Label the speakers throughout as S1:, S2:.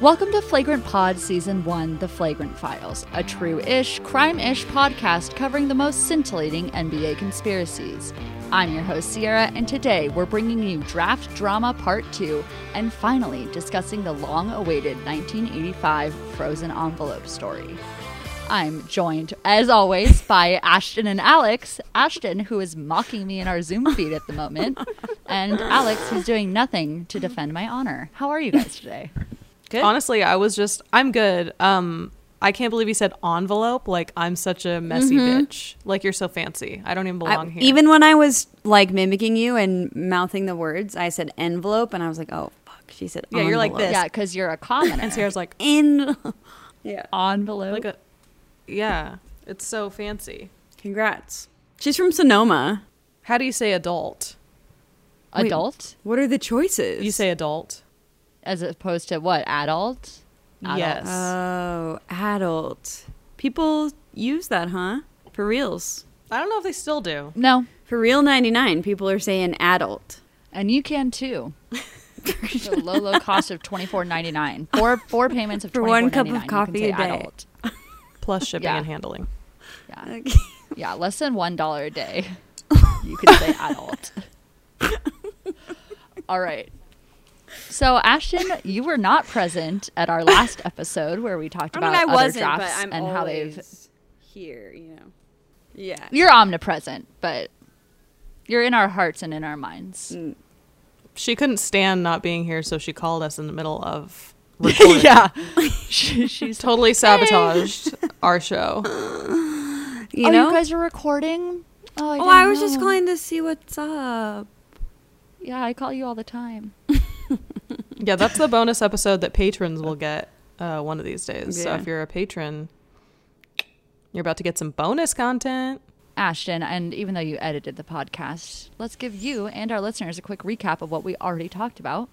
S1: Welcome to Flagrant Pod Season 1 The Flagrant Files, a true ish, crime ish podcast covering the most scintillating NBA conspiracies. I'm your host, Sierra, and today we're bringing you Draft Drama Part 2 and finally discussing the long awaited 1985 Frozen Envelope story. I'm joined, as always, by Ashton and Alex. Ashton, who is mocking me in our Zoom feed at the moment, and Alex, who's doing nothing to defend my honor. How are you guys today?
S2: Good.
S3: Honestly, I was just I'm good. Um I can't believe you said envelope. Like I'm such a messy bitch. Like you're so fancy. I don't even
S2: I-
S3: belong here.
S2: even when I was like mimicking you and mouthing the words, I said envelope, and I was like, oh fuck, she said
S3: Yeah, you're like
S2: envelope.
S3: this.
S1: Yeah, because you're a commoner.
S3: and Sierra's like
S2: In, yeah.
S1: envelope.
S3: like a Yeah. It's so fancy.
S2: Congrats. She's from Sonoma.
S3: How do you say adult?
S2: Wait.
S1: adult
S2: What are the choices?
S3: You say adult?
S1: as opposed to what adult. Adult.
S3: Yes.
S2: Oh, adult. People use that, huh? For reals.
S3: I don't know if they still do.
S1: No,
S2: For real, ninety nine. People are saying adult.
S1: and you can too. It's a low, low cost of twenty four ninety nine. Four four payments of
S2: For one cup of
S1: $24.99, you can
S2: coffee
S1: say
S2: a day.
S1: Adult.
S3: Plus shipping
S1: Yeah.
S3: and handling.
S1: Yeah,
S2: Okay.
S1: yeah, less than one dollar a day. You can say adult. All right. So Ashton, you were not present at our last episode where we talked
S2: I
S1: about
S2: mean, I
S1: other
S2: wasn't, but
S1: drafts
S2: I'm
S1: and
S2: always
S1: how they've
S2: here. You know. Yeah.
S1: you're omnipresent, but you're in our hearts and in our minds.
S3: She couldn't stand not being here, so she called us in the middle of recording.
S1: She- she's
S3: Totally sabotaged our show.
S2: You
S1: oh,
S2: know.
S1: you guys are recording? Oh, I,
S2: oh, I
S1: didn't
S2: was just
S1: know.
S2: calling to see what's up.
S1: Yeah, I call you all the time.
S3: Yeah, that's the bonus episode that patrons will get uh, one of these days. So
S2: Yeah.
S3: if you're a patron, you're about to get some bonus content.
S1: Ashton, and even though you edited the podcast, let's give you and our listeners a quick recap of what we already talked about.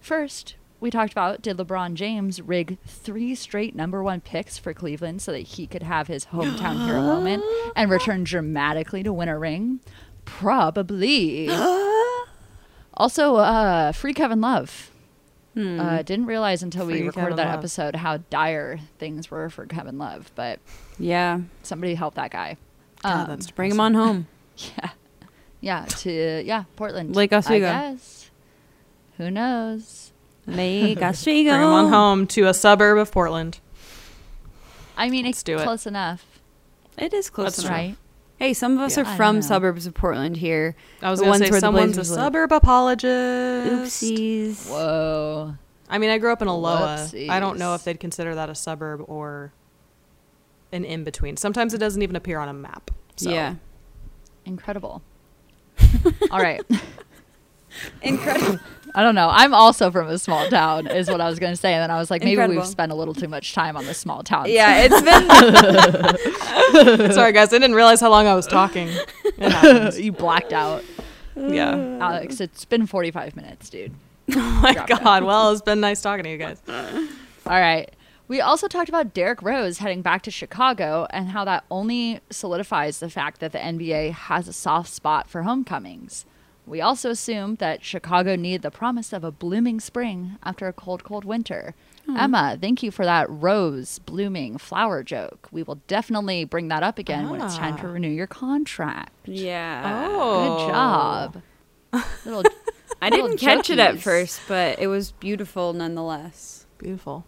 S1: First, we talked about did LeBron James rig three straight number one picks for Cleveland so that he could have his hometown hero moment and return dramatically to win a ring? Probably. also, uh, free Kevin Love. Uh, didn't realize until we
S3: Hmm. Free
S1: recorded
S3: Kevin
S1: that
S3: Love.
S1: episode how dire things were for Kevin Love, but
S2: Yeah.
S1: somebody help that guy.
S3: God,
S1: Um,
S3: that's
S2: Uh, Bring him on home.
S1: Yeah, to yeah, Portland.
S2: Lake Oswego.
S1: I guess. Who knows?
S2: Lake Oswego.
S3: Bring him on home to a suburb of Portland.
S1: I mean, it's
S3: do it.
S1: close enough,
S2: It is close
S3: That's
S2: enough.
S1: right?
S2: Hey, some of us
S3: Yeah.
S1: I
S2: are
S1: don't know.
S2: from suburbs of Portland here.
S3: I was
S2: The
S3: going
S2: ones
S3: to say
S2: where the
S3: someone's a
S2: Blazers live.
S3: suburb apologist.
S2: Oopsies.
S1: Whoa.
S3: I mean, I grew up in Aloha. I don't know
S1: Whoopsies.
S3: if they'd consider that a suburb or an in between. Sometimes it doesn't even appear on a map. So.
S2: Yeah.
S1: Incredible. All right.
S2: Incredible.
S1: I don't know. I'm also from a small town, is what I was going to say. And then I was like, maybe
S2: Incredible.
S1: we've spent a little too much time on the small town.
S2: yeah, it's been
S3: Sorry, guys. I didn't realize how long I was talking. It happens.
S1: you blacked out,
S3: Yeah.
S1: Alex. It's been 45 minutes, dude.
S3: Oh my
S1: Dropped out.
S3: God. Well, it's been nice talking to you guys.
S1: All right. We also talked about Derrick Rose heading back to Chicago and how that only solidifies the fact that the NBA has a soft spot for homecomings. We also assumed that Chicago needed the promise of a blooming spring after a cold, cold winter. Emma, thank you for that rose blooming flower joke. We will definitely bring that up again when it's time to
S3: Ah.
S1: renew your contract.
S2: Yeah.
S3: Oh.
S1: Good job. Little,
S2: I
S1: little
S2: didn't catch it at
S1: jokies.
S2: first, but it was beautiful nonetheless.
S3: Beautiful.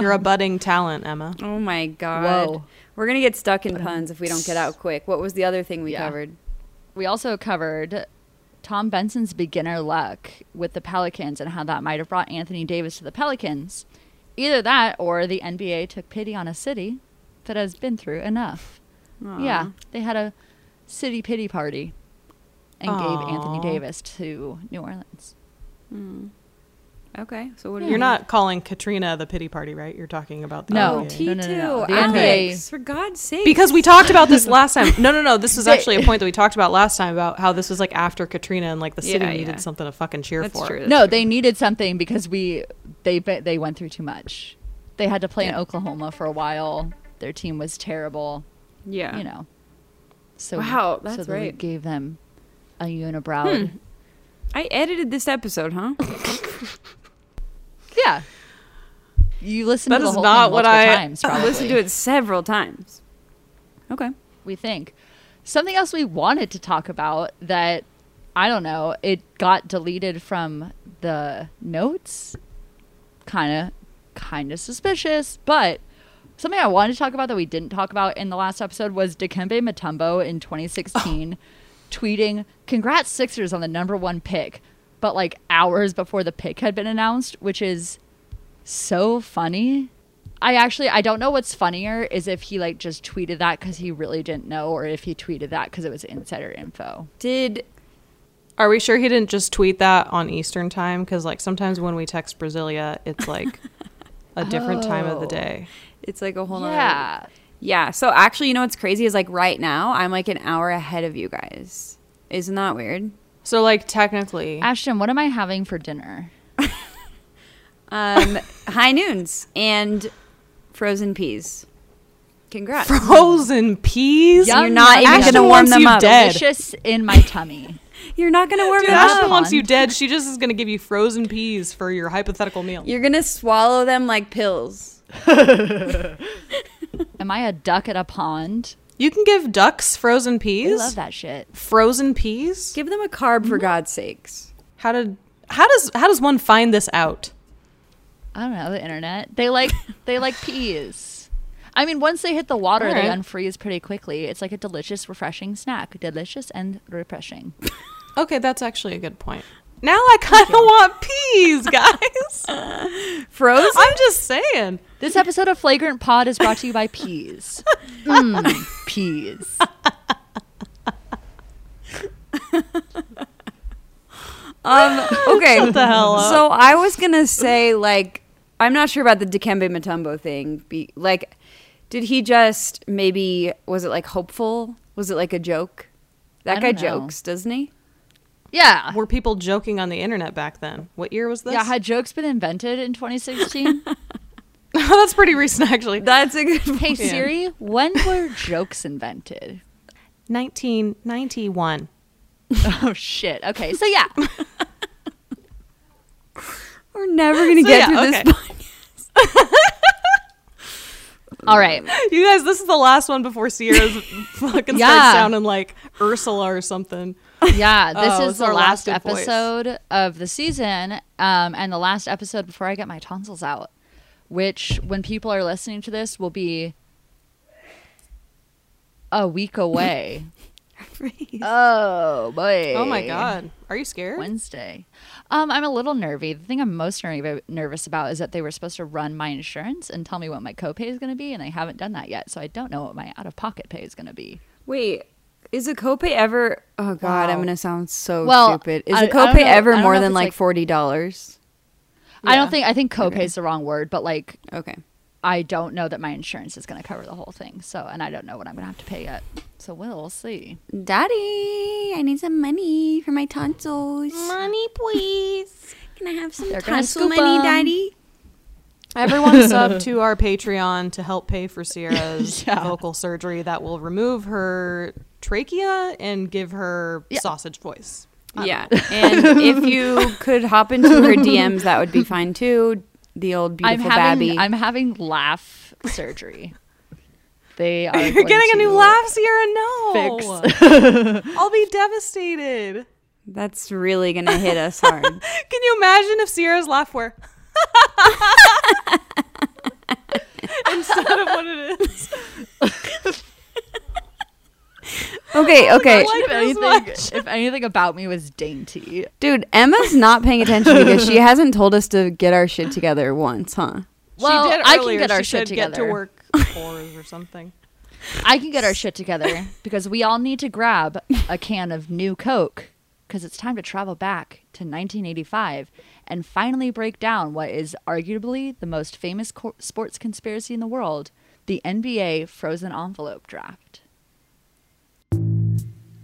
S3: You're a budding talent, Emma.
S2: Oh my god.
S1: Whoa.
S2: We're going to get stuck in puns if we don't get out quick. What was the other thing we
S1: Yeah.
S2: covered?
S1: We also covered Tom Benson's beginner luck with the Pelicans and how that might have brought Anthony Davis to the Pelicans. Either that or the NBA took pity on a city that has been through enough. Yeah, they had a city pity party and gave Anthony
S3: Aw.
S1: Davis to New Orleans.
S2: Hmm. Okay. So
S1: Hmm.
S2: what are
S3: You're not calling Katrina the pity party, right? You're talking about the
S1: No.
S2: Oh,
S3: NBA.
S1: T-
S2: T2.
S1: no, no. The
S2: Alex, for God's sake.
S3: because we talked about this last time. No, no, no. This was actually a point that we talked about last time about how this was like after Katrina and like the city
S2: Yeah,
S3: needed
S2: yeah.
S3: something to fucking cheer
S2: That's
S3: for.
S2: true.
S1: no, they needed something because we they be- they went through too much. They had to play in Oklahoma for a while. Their team was terrible.
S2: Yeah.
S1: you know. So
S2: Wow,
S1: so
S2: that's
S1: the league
S2: right. Hmm.
S1: gave them a unibrow.
S2: I edited this episode, huh?
S1: Yeah. You listened
S3: That
S1: to the
S3: is
S1: whole
S3: not
S1: thing
S3: what
S1: multiple
S3: I-
S1: times,
S2: I
S1: probably.
S2: listened to it several times. Okay.
S1: we think. Something else we wanted to talk about that I don't know, it got deleted from the notes. Kind of kind of suspicious, but something I wanted to talk about that we didn't talk about in the last episode was Dikembe Mutombo in 2016 tweeting, "Congrats Sixers on the number 1 pick." But like hours before the pick had been announced, which is so funny. I actually I don't know what's funnier is if he like just tweeted that because he really didn't know, or if he tweeted that because it was insider info.
S2: Did
S3: Are we sure he didn't just tweet that on Eastern time? Because like sometimes when we text Brasilia, it's like a different time of the
S1: Oh.
S3: day.
S2: it's like a whole nother-
S1: yeah,
S2: Yeah. So actually, you know what's crazy is like right now I'm like an hour ahead of you guys. Isn't that weird?
S3: So like technically,
S1: Ashton, what am I having for dinner?
S2: Um, high noons and frozen peas. Congrats.
S3: frozen peas.
S1: Yum,
S2: You're not
S1: yum,
S2: even
S1: yum.
S2: gonna
S1: Ashton
S2: warm
S3: wants
S2: them
S3: you
S2: up.
S3: dead.
S1: Delicious in my tummy.
S2: You're not gonna warm
S3: Dude,
S2: it
S3: Ashton
S2: up.
S1: That's
S3: wants
S1: fun.
S3: you dead. She just is gonna give you frozen peas for your hypothetical meal.
S2: You're gonna swallow them like pills.
S1: am I a duck at a pond?
S3: You can give ducks frozen peas.
S1: I love that shit.
S3: Frozen peas.
S2: Give them a carb for God's sakes.
S3: How did? How does? How does one find this out?
S1: I don't know the internet. They like they like peas. I mean, once they hit the water, they
S3: Alright.
S1: unfreeze pretty quickly. It's like a delicious, refreshing snack. Delicious and refreshing.
S3: Okay, that's actually a good point. Now I kind of want peas, guys.
S2: Frozen.
S3: I'm just saying.
S1: This episode of Flagrant Pod is brought to you by peas. Mm, peas.
S2: Um, okay.
S3: the hell up.
S2: So I was gonna say like I'm not sure about the Dikembe Mutombo thing. Be, like, did he just maybe was it like hopeful? Was it like a joke? That
S1: I
S2: guy
S1: don't know.
S2: jokes, doesn't he?
S1: Yeah.
S3: Were people joking on the internet back then? What year was this?
S1: Yeah, had jokes been invented in 2016?
S3: Oh, that's pretty recent actually.
S2: That's a good.
S1: hey
S2: Point.
S1: Siri, when were jokes invented?
S3: 1991.
S1: Oh shit. Okay. So yeah.
S2: We're never gonna
S3: yeah,
S2: get through
S3: okay.
S2: this. Point.
S1: All right.
S3: You guys, this is the last one before Sierra's fucking
S1: Yeah.
S3: starts sounding like Ursula or something.
S1: Yeah, this
S3: Oh,
S1: is
S3: it's
S1: the
S3: our
S1: last
S3: last good voice.
S1: episode of the season um and the last episode before I get my tonsils out, which when people are listening to this will be a week away. oh boy.
S3: Oh my god. Are you scared?
S1: Wednesday. Um, I'm a little nervy. The thing I'm most nerv- nervous about is that they were supposed to run my insurance and tell me what my copay is going to be, and they haven't done that yet. So I don't know what my out of pocket pay is going to be.
S2: Wait, is a copay ever? Oh God, I'm
S3: Wow.
S2: gonna sound so
S1: Well,
S2: stupid. Is
S1: I-
S2: a
S1: I don't
S2: copay
S1: know- I
S2: ever
S1: don't know
S2: more
S1: if
S2: than
S1: it's,
S2: like
S1: like-
S2: forty dollars?
S1: I
S3: Yeah.
S1: don't think I think copay is the wrong word, but like
S2: Okay.
S1: I don't know that my insurance is going to cover the whole thing. So and I don't know what I'm going to have to pay yet. So we'll see.
S2: Daddy, I need some money for my tonsils.
S3: Money, please.
S2: Can I have some
S1: They're gonna
S2: tonsil
S1: scoop
S2: money,
S1: 'em.
S2: Daddy?
S3: Everyone sub to our Patreon to help pay for Sierra's vocal surgery that will remove her trachea and give her
S1: Yeah.
S3: sausage voice.
S2: Yeah. And if you could hop into her DMs, that would be fine too. The old
S1: I'm
S2: beautiful
S1: having
S2: Babby.
S1: I'm having laugh surgery. They are
S3: You're
S1: going
S3: getting a new
S1: to
S3: laugh, Sierra. No, I'll be devastated.
S2: That's really going to hit us hard.
S3: Can you imagine if Sierra's laugh were instead of what it is?
S2: Okay, okay.
S3: like
S1: If
S3: this
S1: anything,
S3: much.
S1: if anything about me was dainty,
S2: Dude, Emma's not paying attention because she hasn't told us to get our shit together once, huh?
S1: Well,
S3: she did
S1: I can
S3: earlier.
S1: get our
S3: she
S1: shit
S3: said, Get to
S1: together."
S3: work, whores or something.
S1: I can get our shit together because we all need to grab a can of new Coke because it's time to travel back to 1985 and finally break down what is arguably the most famous co- sports conspiracy in the world the NBA frozen envelope draft.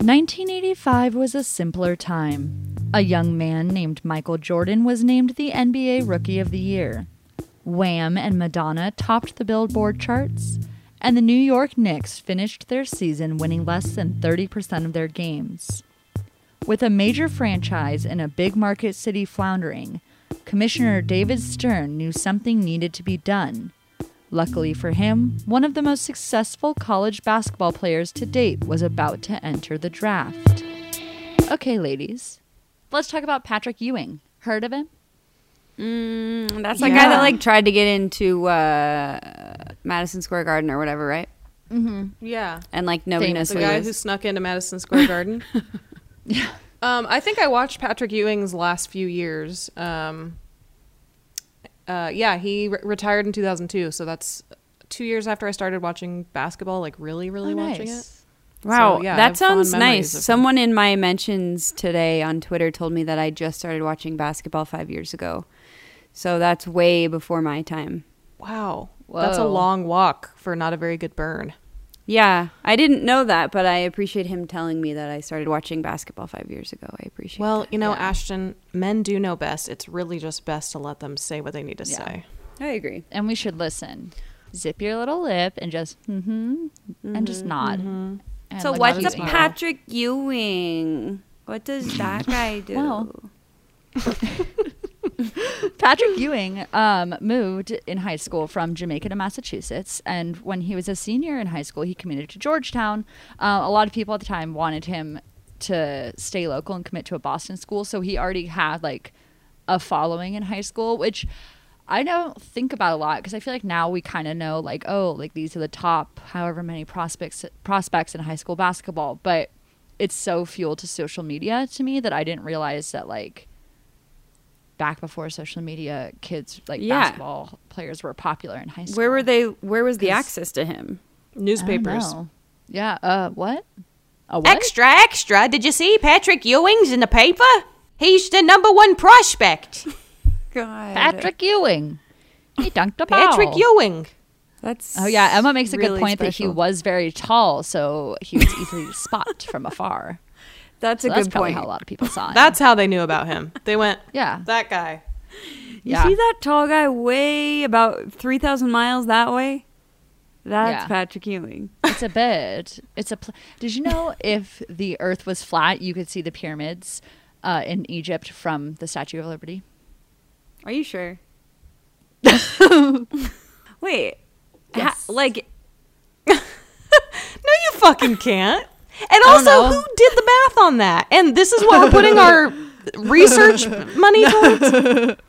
S1: 1985 was a simpler time. A young man named Michael Jordan was named the NBA Rookie of the Year. Wham and Madonna topped the Billboard charts, and the New York Knicks finished their season winning less than 30% of their games. With a major franchise and a big market city floundering, Commissioner David Stern knew something needed to be done. Luckily for him, one of the most successful college basketball players to date was about to enter the draft. Okay, ladies, let's talk about Patrick Ewing. Heard of him?
S2: Mm, that's the guy that like tried to get into uh, Madison Square Garden or whatever, right?
S3: Yeah.
S2: And like nobody
S1: Thing.
S2: knows
S3: The
S2: who he
S3: guy
S2: is.
S3: who snuck into Madison Square Garden. yeah. Um, I think I watched Patrick Ewing's last few years. Um, uh, yeah, he re- retired in 2002, so that's two years after I started watching basketball. Like really, really
S1: Oh,
S3: watching it.
S1: nice.
S2: Wow,
S3: So, yeah, I
S2: that
S3: have fond
S2: sounds nice.
S3: memories of him.
S2: Someone in my mentions today on Twitter told me that I just started watching basketball five years ago. So that's way before my time.
S3: Wow, that's a
S1: Whoa.
S3: long walk for not a very good burn.
S2: Yeah, I didn't know that, but I appreciate him telling me that I started watching basketball five years ago. I appreciate
S3: Well,
S2: that.
S3: you know, Ashton, men do know best. It's really just best to let them say what they need to
S1: Yeah.
S3: say.
S2: I agree.
S1: And we should listen. Zip your little lip and just mm hmm and just
S3: Mm-hmm,
S1: nod. And
S2: So
S1: look
S2: what's
S1: at
S2: a
S1: people.
S2: Patrick Ewing? What does that guy do?
S1: Well, Patrick Ewing um, moved in high school from Jamaica to Massachusetts, and when he was a senior in high school, he committed to Georgetown. Uh, a lot of people at the time wanted him to stay local and commit to a Boston school, so he already had like a following in high school, which I don't think about a lot because I feel like now we kind of know like oh like these are the top however many prospects prospects in high school basketball, but it's so fuel to social media to me that I didn't realize that like back before social media, kids like
S2: Yeah.
S1: basketball players were popular in high school.
S2: where were they? Where was the
S1: 'Cause-
S2: access to him?
S1: I don't
S3: Newspapers.
S1: know. Yeah. Uh, what? A what?
S4: Extra, extra. Did you see Patrick Ewing's in the paper? He's the number one prospect.
S3: Oh.
S2: God,
S1: Patrick Ewing. He dunked a ball.
S3: Patrick Ewing.
S2: That's
S1: Oh yeah, Emma makes a
S2: really
S1: good point that
S2: special.
S1: he was very tall, so he was easily to spot from afar.
S2: That's
S1: So
S2: a
S1: that's
S2: good
S1: probably
S2: point.
S1: how a lot of people saw him.
S3: That's how they knew about him. They went,
S1: yeah,
S3: that guy.
S2: You
S1: yeah.
S2: see that tall guy way about 3,000 miles that way? That's
S1: Yeah.
S2: Patrick Ewing.
S1: It's a bed. It's a. Pl- Did you know if the Earth was flat, you could see the pyramids uh, in Egypt from the Statue of Liberty?
S2: Are you sure? Wait. ha-
S1: Yes.
S2: like,
S3: No, you fucking can't. Oh, And
S2: don't
S3: also,
S2: know.
S3: who did the math on that? And this is what we're putting our research money towards.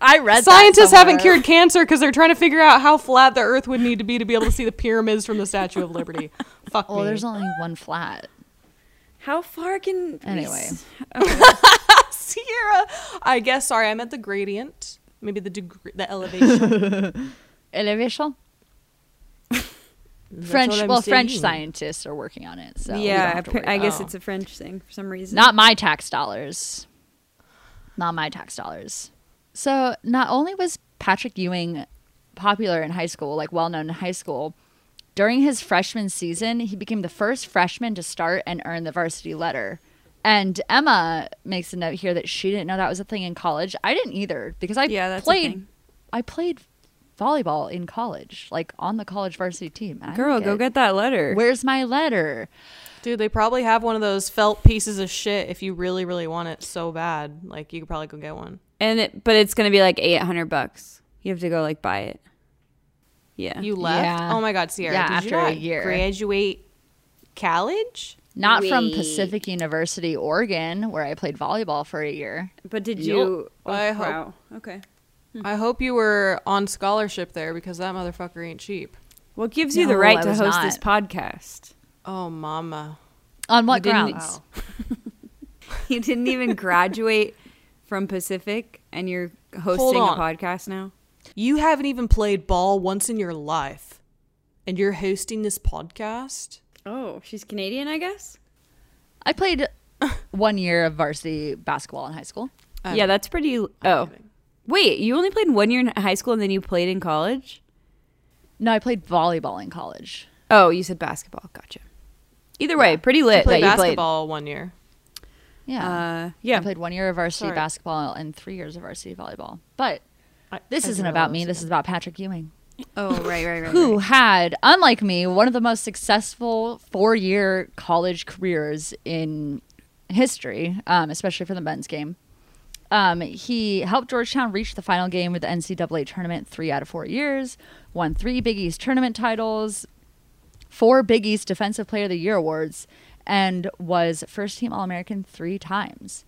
S1: I read.
S3: Scientists haven't cured cancer because they're trying to figure out how flat the Earth would need to be to be able to see the pyramids from the Statue of Liberty. Fuck
S1: Well,
S3: me.
S1: there's only one flat.
S2: how far can.
S1: Anyway.
S3: Sierra. I guess. Sorry, I meant the gradient. Maybe the degree, the elevation.
S1: Elevation.
S3: That's
S1: French.
S3: what I'm
S1: Well, French
S3: saying.
S1: scientists are working on it. So we don't
S2: yeah,
S1: have to worry
S2: I, I
S1: about
S2: guess
S3: about-
S2: it's a French thing for some
S1: it.
S2: reason.
S1: not my tax dollars. Not my tax dollars. So not only was Patrick Ewing popular in high school, like well known in high school, during his freshman season, he became the first freshman to start and earn the varsity letter. And Emma makes a note here that she didn't know that was a thing in college. I didn't either because I
S2: Yeah, that's a
S1: played
S2: thing.
S1: I played volleyball in college, like on the college varsity team. and I
S2: Girl,
S1: didn't
S2: go get that letter.
S1: Where's my letter?
S3: Dude, they probably have one of those felt pieces of shit if you really, really want it so bad. Like, you could probably go get one.
S2: and it, But it's going to be like 800 bucks. You have to go, like, buy it. Yeah.
S3: You left?
S1: Uh, Yeah.
S3: Oh my God, Sierra.
S1: Yeah,
S3: did
S1: after
S3: you
S1: a
S3: not
S1: year.
S3: graduate college?
S1: Not from
S2: Wait.
S1: Pacific University, Oregon, where I played volleyball for a year.
S2: but did
S1: Yup.
S2: you. Oh,
S3: I hope-
S2: wow. Okay.
S1: Hmm.
S3: I hope you were on scholarship there because that motherfucker ain't cheap.
S2: What gives you
S1: No,
S2: the right
S1: I
S2: to
S1: was
S2: host
S1: not.
S2: this podcast?
S3: Oh, mama.
S1: On what
S2: You didn't-
S1: grounds?
S2: You didn't even graduate from Pacific and you're hosting a
S3: on.
S2: podcast now?
S3: You haven't even played ball once in your life, and you're hosting this podcast?
S2: Oh, she's Canadian, I guess?
S1: I played one year of varsity basketball in high school.
S3: I'm-
S2: yeah, that's pretty. Oh. Wait, you only played one year in high school and then you played in college?
S1: No, I played volleyball in college.
S2: Oh, you said basketball. Gotcha. Either way, pretty
S3: I
S2: lit
S3: played
S2: that you
S3: basketball one year.
S1: Yeah.
S2: played. Uh,
S1: I
S2: yeah.
S1: played one year of varsity
S3: Sorry.
S1: basketball and three years of varsity volleyball. But
S3: I-
S1: this
S3: I
S1: isn't
S3: did
S1: about
S3: all
S1: me.
S3: those
S1: This is about Patrick Ewing,
S2: Oh, right, right, right.
S1: who had, unlike me, one of the most successful four year college careers in history, um, especially for the men's game. Um, he helped Georgetown reach the final game of the NCAA tournament three out of four years, won three Big East tournament titles, four Big East Defensive Player of the Year awards, and was first team All American three times.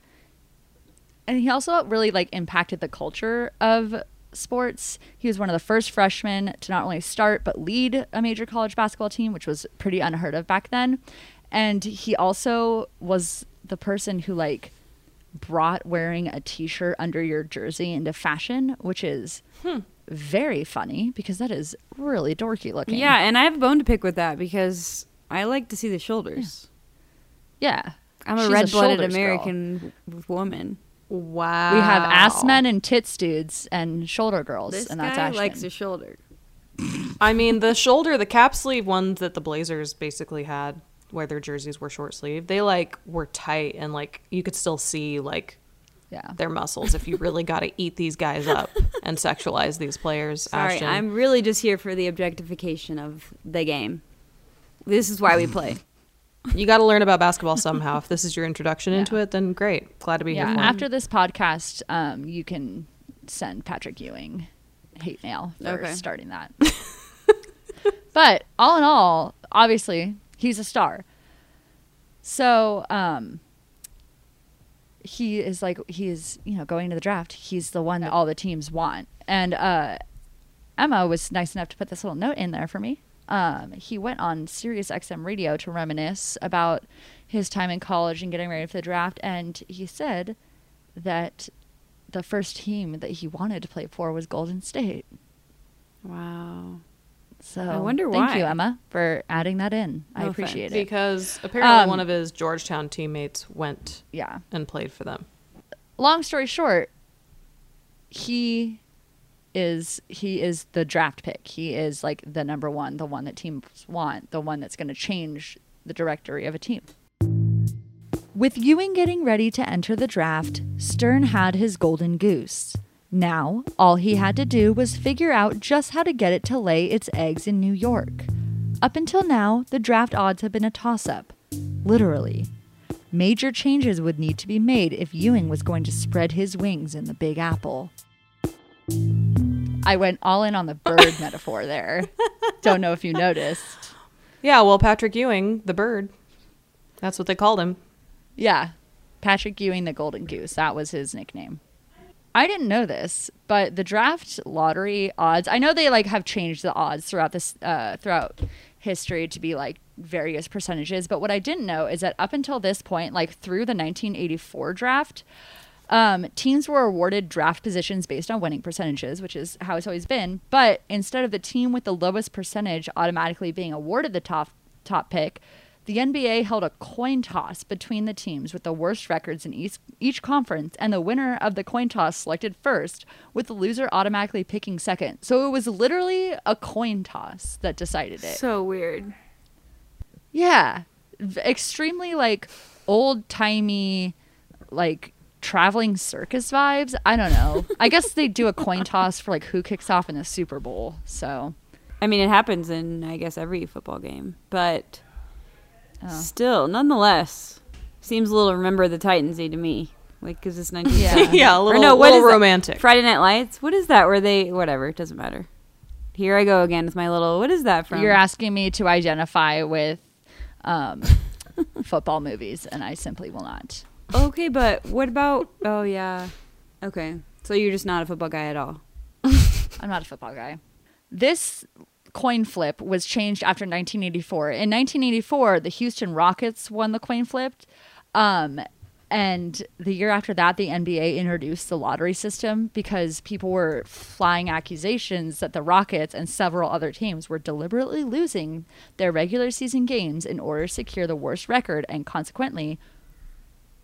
S1: And he also really like impacted the culture of sports. He was one of the first freshmen to not only start but lead a major college basketball team, which was pretty unheard of back then. And he also was the person who like brought wearing a t-shirt under your jersey into fashion, which is very funny because that is really dorky looking.
S2: Yeah, and I have a bone to pick with that because I like to see the shoulders.
S1: Yeah.
S2: I'm
S1: She's
S2: a red-blooded
S1: shoulders girl.
S2: American w- woman.
S3: Wow.
S1: We have ass men and tits dudes and shoulder girls, and that's Ashton.
S2: shoulder.
S3: I mean, the shoulder, the cap sleeve ones that the Blazers basically had, where their jerseys were short sleeve, they like were tight and like you could still see like
S1: yeah.
S3: their muscles if you really got to eat these guys up and sexualize these players.
S2: Sorry,
S3: Ashton.
S2: I'm really just here for the objectification of the game. This is why we play.
S3: You got to learn about basketball somehow. if this is your introduction into it, then great. Glad to be
S1: Yeah.
S3: here. For it.
S1: After this podcast, um, you can send Patrick Ewing hate mail for
S2: Okay.
S1: starting that. but all in all, obviously, he's a star. So um, he is like he is you know going to the draft. He's the one that all the teams want. And uh, Emma was nice enough to put this little note in there for me. Um, he went on Sirius XM radio to reminisce about his time in college and getting ready for the draft, and he said that the first team that he wanted to play for was Golden State.
S2: Wow.
S1: So
S2: I wonder
S1: Thank
S2: why.
S1: you, Emma, for adding that in. I
S2: No
S1: appreciate it.
S3: because apparently
S1: Um,
S3: one of his Georgetown teammates went
S1: Yeah.
S3: and played for them.
S1: Long story short, he is he is the draft pick. He is like the number one, the one that teams want, the one that's going to change the directory of a team. With Ewing getting ready to enter the draft, Stern had his golden goose. Now, all he had to do was figure out just how to get it to lay its eggs in New York. Up until now, the draft odds have been a toss up. Literally. Major changes would need to be made if Ewing was going to spread his wings in the Big Apple. I went all in on the bird metaphor there. Don't know if you noticed.
S3: Yeah, well, Patrick Ewing, the bird. That's what they called him.
S1: Yeah. Patrick Ewing, the Golden Goose. That was his nickname. I didn't know this, but the draft lottery odds, I know they like have changed the odds throughout this, uh, throughout history to be like various percentages. But what I didn't know is that up until this point, like through the 1984 draft, um, teams were awarded draft positions based on winning percentages, which is how it's always been. But instead of the team with the lowest percentage automatically being awarded the top top pick, the NBA held a coin toss between the teams with the worst records in each, each conference, and the winner of the coin toss selected first, with the loser automatically picking second. So it was literally a coin toss that decided it.
S2: So weird.
S1: Yeah. V- Extremely like old timey, like traveling circus vibes. I don't know. I guess they do a coin toss for like who kicks off in the Super Bowl. So
S2: I mean, it happens in I guess every football game, but still, nonetheless, seems a little remember the Titansy to me. Like, cause it's 19.
S1: Yeah.
S3: Yeah, a little,
S2: what
S3: little
S2: is that?
S3: romantic.
S2: Friday Night Lights. What is that? Where they whatever it doesn't matter. Here I go again with my little. What is that from?
S1: you're asking me to identify with um, football movies, and I simply will not.
S2: Okay, but what about? Oh yeah. Okay, so you're just not a football guy at all.
S1: I'm not a football guy. This coin flip was changed after 1984. In 1984, the Houston Rockets won the coin flip. Um, and the year after that, the NBA introduced the lottery system because people were flying accusations that the Rockets and several other teams were deliberately losing their regular season games in order to secure the worst record and consequently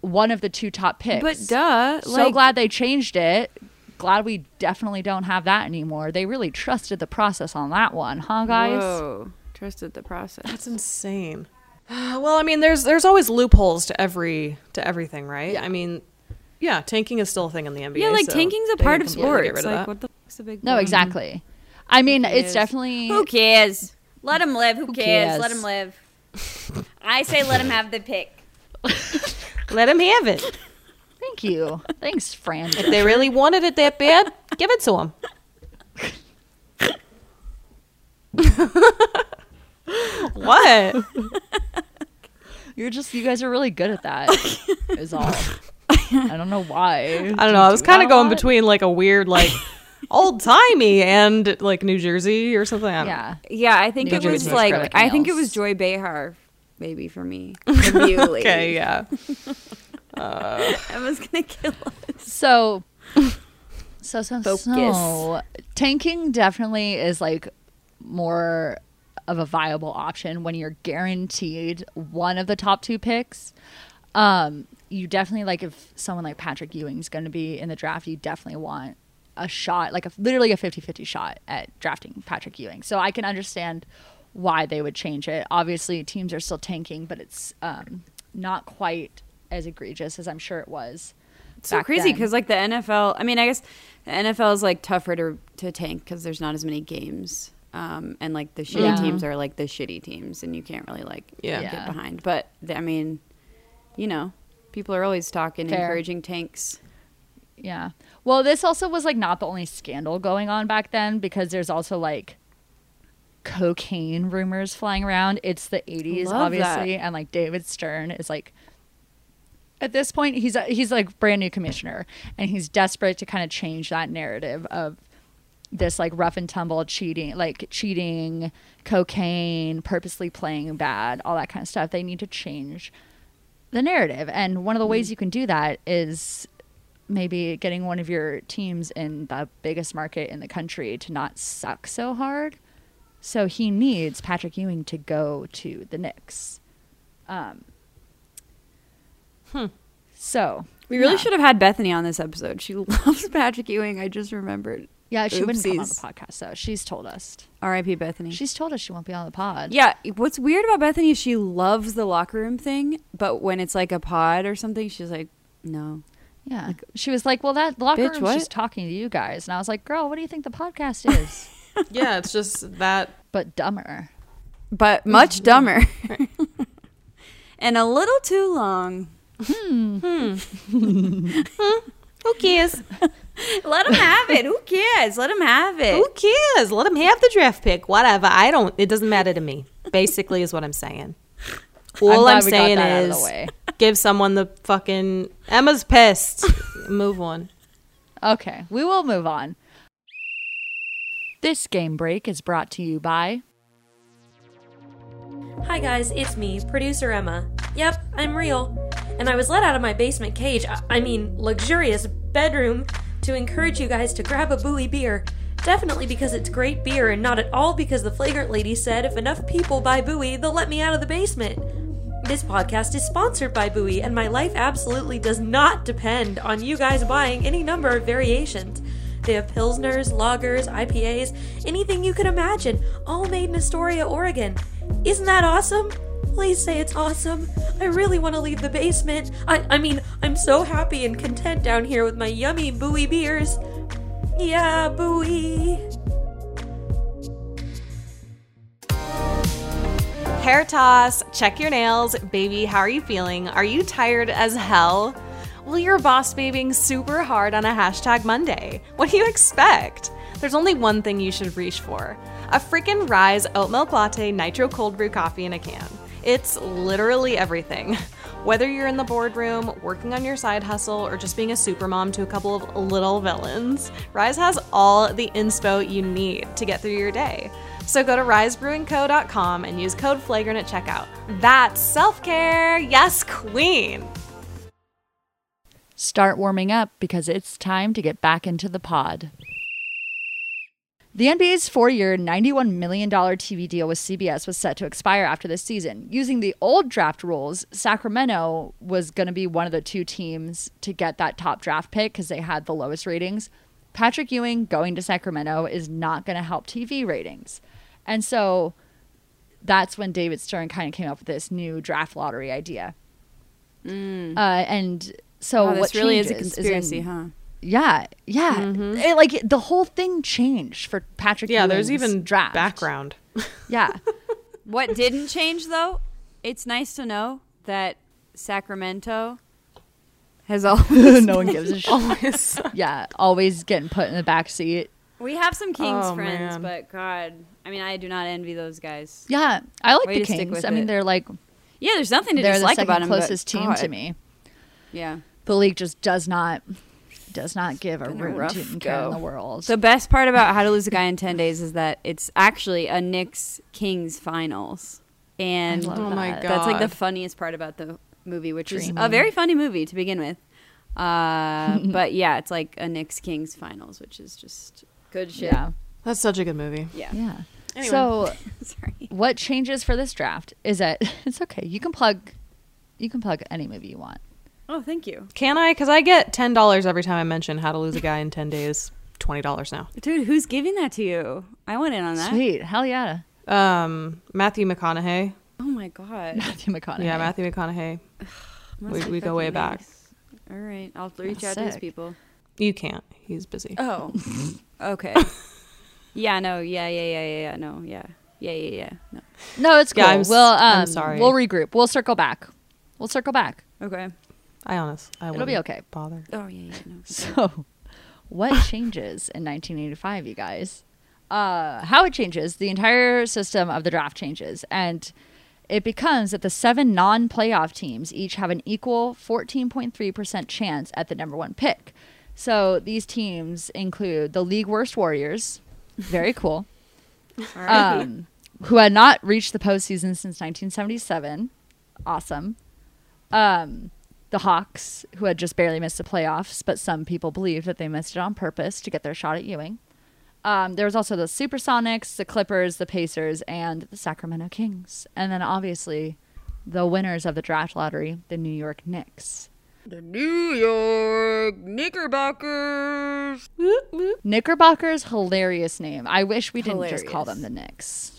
S1: one of the two top picks
S2: But duh,
S1: so glad they changed it. Glad we definitely don't have that anymore. They really trusted the process on that one, huh, guys?
S2: Whoa, trusted the process.
S3: That's insane. Well, I mean, there's there's always loopholes to every to everything, right? I mean, yeah, tanking is still a thing in the NBA.
S2: Yeah, like
S3: so
S2: tanking's a
S3: they
S2: part of
S3: completely get rid
S2: sports.
S3: of
S2: Like,
S3: that.
S2: what the fuck's a big
S1: No,
S3: Mm-hmm.
S1: exactly. I mean, it's
S2: cares?
S1: definitely
S5: Who cares? Let him live. Who, cares?
S1: cares?
S5: Let him live. I say let him have the pick.
S4: Let him have it.
S1: Thank you. Thanks, Fran.
S3: If they really wanted it that bad, give it to them. what?
S1: You're just you guys are really good at that. Is all. I don't know why.
S3: I don't know. I was kind of going between like a weird, like old timey and like New Jersey or something. I don't
S1: Yeah.
S2: Yeah, I think
S1: New
S2: it was
S1: Jersey
S2: like
S1: Scrub.
S2: I think it
S1: Everything
S2: was
S1: else.
S2: Joy Behar, maybe for me. The View
S3: know.
S2: lady.
S3: Okay, yeah.
S2: Emma's gonna kill us.
S1: So, so so so
S2: Focus.
S1: tanking definitely is like more of a viable option when you're guaranteed one of the top two picks. Um, you definitely like if someone like Patrick Ewing's going to be in the draft, you definitely want a shot, like a, literally a 50-50 shot at drafting Patrick Ewing. So I can understand why they would change it. Obviously, teams are still tanking, but it's um, not quite as egregious as I'm sure it was.
S2: so
S1: back
S2: crazy
S1: then.
S2: because like the NFL. I mean, I guess the NFL is like tougher to to tank because there's not as many games, um, and like the shitty
S1: Yeah.
S2: teams are like the shitty teams, and you can't really like
S3: Yeah.
S2: get
S1: Yeah.
S2: behind. But th- I mean, you know, people are always talking,
S1: Fair.
S2: encouraging tanks.
S1: Yeah. Well, this also was like not the only scandal going on back then because there's also like cocaine rumors flying around. It's the 80s
S2: Love
S1: obviously and like David Stern is like at this point he's he's like brand new commissioner and he's desperate to kind of change that narrative of this like rough and tumble cheating, like cheating, cocaine, purposely playing bad, all that kind of stuff. They need to change the narrative. And one of the
S2: Mm.
S1: ways you can do that is maybe getting one of your teams in the biggest market in the country to not suck so hard. So he needs Patrick Ewing to go to the Knicks. Um, So
S2: Hmm. We really
S1: yeah.
S2: should have had Bethany on this episode. She loves Patrick Ewing. I just remembered.
S1: Yeah, she wouldn't come on the
S2: Oopsies.
S1: podcast though. She's told us.
S2: R.I.P. Bethany.
S1: She's told us she won't be on the pod.
S2: Yeah, what's weird about Bethany is she loves the locker room thing, but when it's like a pod or something, she's like, no.
S1: Yeah. she was like, Well, that locker
S2: Bitch,
S1: room's
S2: what?
S1: just talking to you guys. And I was like, Girl, what do you think the podcast is?
S3: Yeah, it's just that.
S1: but dumber.
S2: But much dumber. and a little too long.
S1: Hmm.
S2: Hmm.
S3: Who cares?
S6: Let him have it. Who cares? Let him have it.
S3: Who cares? Let them have the draft pick. Whatever. I don't. It doesn't matter to me. Basically, is what I'm saying.
S1: glad
S3: All I'm,
S1: we got
S3: saying
S1: that out of the
S3: is
S1: way.
S3: give someone the fucking Emma's pissed. Move on.
S1: Okay, we will move on. This game break is brought to you by
S7: Hi guys, it's me, producer Emma. Yep, I'm real. And I was let out of my basement cage, I, I mean, luxurious bedroom, to encourage you guys to grab a buoy beer. Definitely because it's great beer and not at all because the flagrant lady said if enough people buy buoy, they'll let me out of the basement. This podcast is sponsored by Bowie, and my life absolutely does not depend on you guys buying any number of variations. They have Pilsners, Lagers, IPAs, anything you can imagine, all made in Astoria, Oregon. Isn't that awesome? Please say it's awesome. I really want to leave the basement. I, I mean, I'm so happy and content down here with my yummy Bowie beers. Yeah, Bowie.
S3: Hair toss, check your nails. Baby, how are you feeling? Are you tired as hell? Well, you're boss babing super hard on a hashtag Monday. What do you expect? There's only one thing you should reach for a freaking Rise oat milk latte nitro cold brew coffee in a can. It's literally everything. Whether you're in the boardroom, working on your side hustle, or just being a supermom to a couple of little villains, Rise has all the inspo you need to get through your day. So go to risebrewingco.com and use code flagrant at checkout. That's self care. Yes, queen.
S1: Start Warming Up because it's time to get back into the pod. The NBA's four year, $91 million TV deal with CBS was set to expire after this season. Using the old draft rules, Sacramento was going to be one of the two teams to get that top draft pick because they had the lowest ratings. Patrick Ewing going to Sacramento is not going to help TV ratings. And so that's when David Stern kind of came up with this new draft lottery idea. Uh, and so
S2: Oh,
S1: what
S2: Mm. this really is a
S1: changes
S2: conspiracy,
S1: in-
S2: huh?
S1: yeah, yeah.
S2: Mm-hmm.
S1: It, like the whole thing changed for Patrick.
S3: Yeah, there's
S1: Ewing's
S3: even
S1: draft
S3: background.
S1: Yeah,
S2: What didn't change, though, it's nice to know that Sacramento has always
S1: no one gives a shit.
S3: Always.
S1: Yeah, always getting put in the back seat.
S2: We have some Kings
S3: Oh,
S2: friends,
S3: man.
S2: but God, I mean, I do not envy those guys.
S1: Yeah, I like
S2: Way
S1: the
S2: to stick
S1: Kings.
S2: with
S1: I mean,
S2: it.
S1: they're like
S2: Yeah, there's nothing to
S1: they're the
S2: dislike
S1: second
S2: about them.
S1: closest team to me.
S2: Yeah,
S1: The league just does not does not give a
S2: been a
S1: root
S2: rough
S1: to care in
S2: go.
S1: the world.
S2: the best part about How to Lose a Guy in Ten Days is that it's actually a Knicks Kings finals, and
S1: love
S3: Oh my that.
S2: that's like the
S3: God.
S2: funniest part about the movie, which is
S1: Dreamy.
S2: a very funny movie to begin with. Uh, but yeah, it's like a Knicks Kings finals, which is just good shit.
S1: yeah,
S3: That's such a good movie.
S2: yeah.
S1: yeah. So
S2: Sorry.
S1: what changes for this draft is that it's okay. You can plug you can plug any movie you want.
S2: Oh, thank you,
S3: Can I? Because I get ten dollars every time I mention how to lose a guy in ten days. Twenty dollars now.
S2: dude. Who's giving that to you? I went in on that.
S1: Sweet, hell yeah,
S3: Um, Matthew McConaughey.
S2: Oh my god.
S1: Matthew McConaughey.
S3: Yeah, Matthew McConaughey.
S2: Must
S3: We-
S2: be
S3: we go way
S2: fucking
S3: back.
S2: nice. All right, I'll reach out to those
S1: sick.
S2: people.
S3: You can't. He's busy.
S2: Oh, okay. yeah, no, yeah, yeah, yeah, yeah, yeah, no, yeah, yeah, yeah, yeah, no.
S1: No, it's cool.
S3: Yeah, I'm s-
S1: we'll um,
S3: I'm sorry.
S1: we'll regroup. We'll circle back. We'll circle back.
S2: Okay.
S3: I honest. I
S1: It'll be
S3: wouldn't
S1: okay.
S3: Bother.
S2: Oh yeah, yeah, no.
S1: So, what changes in 1985, you guys? Uh, how it changes, the entire system of the draft changes, and it becomes that the seven non-playoff teams each have an equal 14.3% chance at the number one pick. So these teams include the league worst Warriors, very cool, um, who had not reached the postseason since 1977. Awesome um, the Hawks, who had just barely missed the playoffs, but some people believe that they missed it on purpose to get their shot at Ewing. Um, there was also the Supersonics, the Clippers, the Pacers, and the Sacramento Kings. And then obviously the winners of the draft lottery, the New York Knicks. The New York Knickerbockers. Knickerbockers, hilarious name. I wish we didn't just call them the Knicks.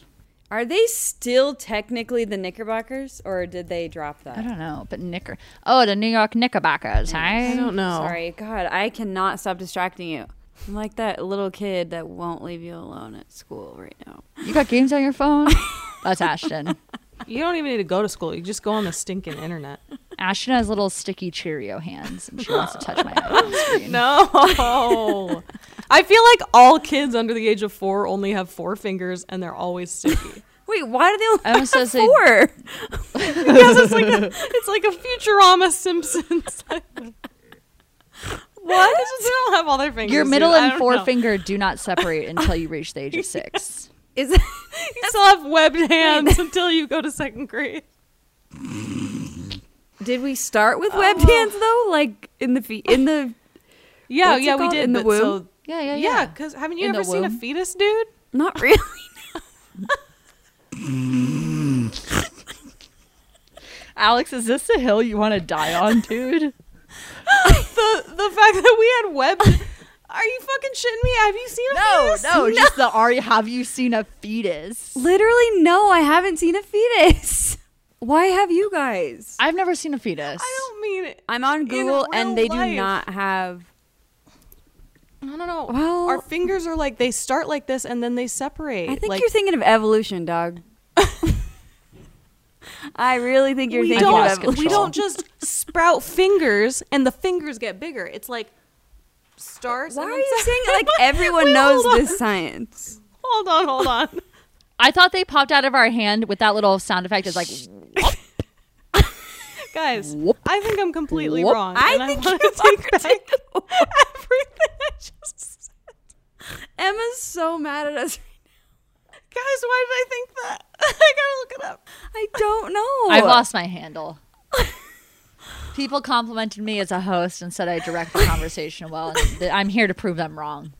S2: Are they still technically the Knickerbockers, or did they drop
S1: I
S2: that?
S1: don't know, but Knicker. Oh, the New York Knickerbockers, hey?
S3: I don't know.
S2: Sorry, God, I cannot stop distracting you. I'm like that little kid that won't leave you alone at school right now.
S1: You got games on your phone? That's Ashton.
S3: You don't even need to go to school. You just go on the stinking internet.
S1: Ashton has little sticky Cheerio hands, and she wants to touch my iPhone screen.
S3: No. I feel like all kids under the age of four only have four fingers and they're always sticky.
S2: Wait, why do they only
S1: I almost
S2: have
S1: said-
S2: four?
S3: because it's like a, it's like a Futurama Simpsons. what? they don't have all their fingers.
S1: Your
S3: dude.
S1: middle
S3: I
S1: and
S3: don't know.
S1: forefinger do not separate until you reach the age of six.
S2: Is it?
S3: You still have webbed hands until you go to second grade.
S2: Did we start with web hands though? Like in the fe- in the
S3: Yeah,
S2: What's it
S3: yeah, we
S2: called?
S3: did.
S2: In the
S3: but
S2: womb?
S3: so-
S1: Yeah, yeah,
S3: yeah,
S1: yeah.
S3: because haven't you
S1: In the
S3: ever seen a
S1: womb.
S3: fetus, dude?
S2: not really.
S1: Alex, is this the hill you want to die on, dude?
S3: The the fact that we had webbed. Are you fucking shitting me? Have you seen a
S1: No,
S3: fetus?
S1: no, just the Ari. Have you seen a fetus?
S2: Literally, no, I haven't seen a fetus. Why have you guys?
S1: I've never seen a fetus.
S3: I don't mean it.
S2: I'm on
S3: In
S2: Google
S3: real
S2: and they
S3: life.
S2: do not have.
S3: I don't know.
S2: Well- mm.
S3: Our fingers are like they start like this and then they separate.
S2: I think
S3: like,
S2: you're thinking of evolution, dog. I really think you're
S3: we
S2: thinking of
S1: lost
S3: don't,
S2: evolution.
S3: we
S1: control.
S3: don't just spout fingers and the fingers get bigger. It's like stars.
S2: Why
S3: and
S2: are
S3: then
S2: you
S3: se-
S2: saying it like everyone
S3: Wait,
S2: knows
S3: hold on.
S2: this science?
S3: Hold on, hold on.
S1: I thought they popped out of our hand with that little sound effect. It's like,
S3: Guys, I think I'm completely
S1: Whoop.
S3: wrong.
S2: I
S3: and
S2: think
S3: wanna
S2: you're
S3: take back everything I just said.
S2: Emma's so mad at us.
S3: Guys, why did I think that? I gotta look it up.
S2: I don't know.
S1: I've lost my handle. People complimented me as a host and said I direct the conversation well. And th- I'm here to prove them wrong.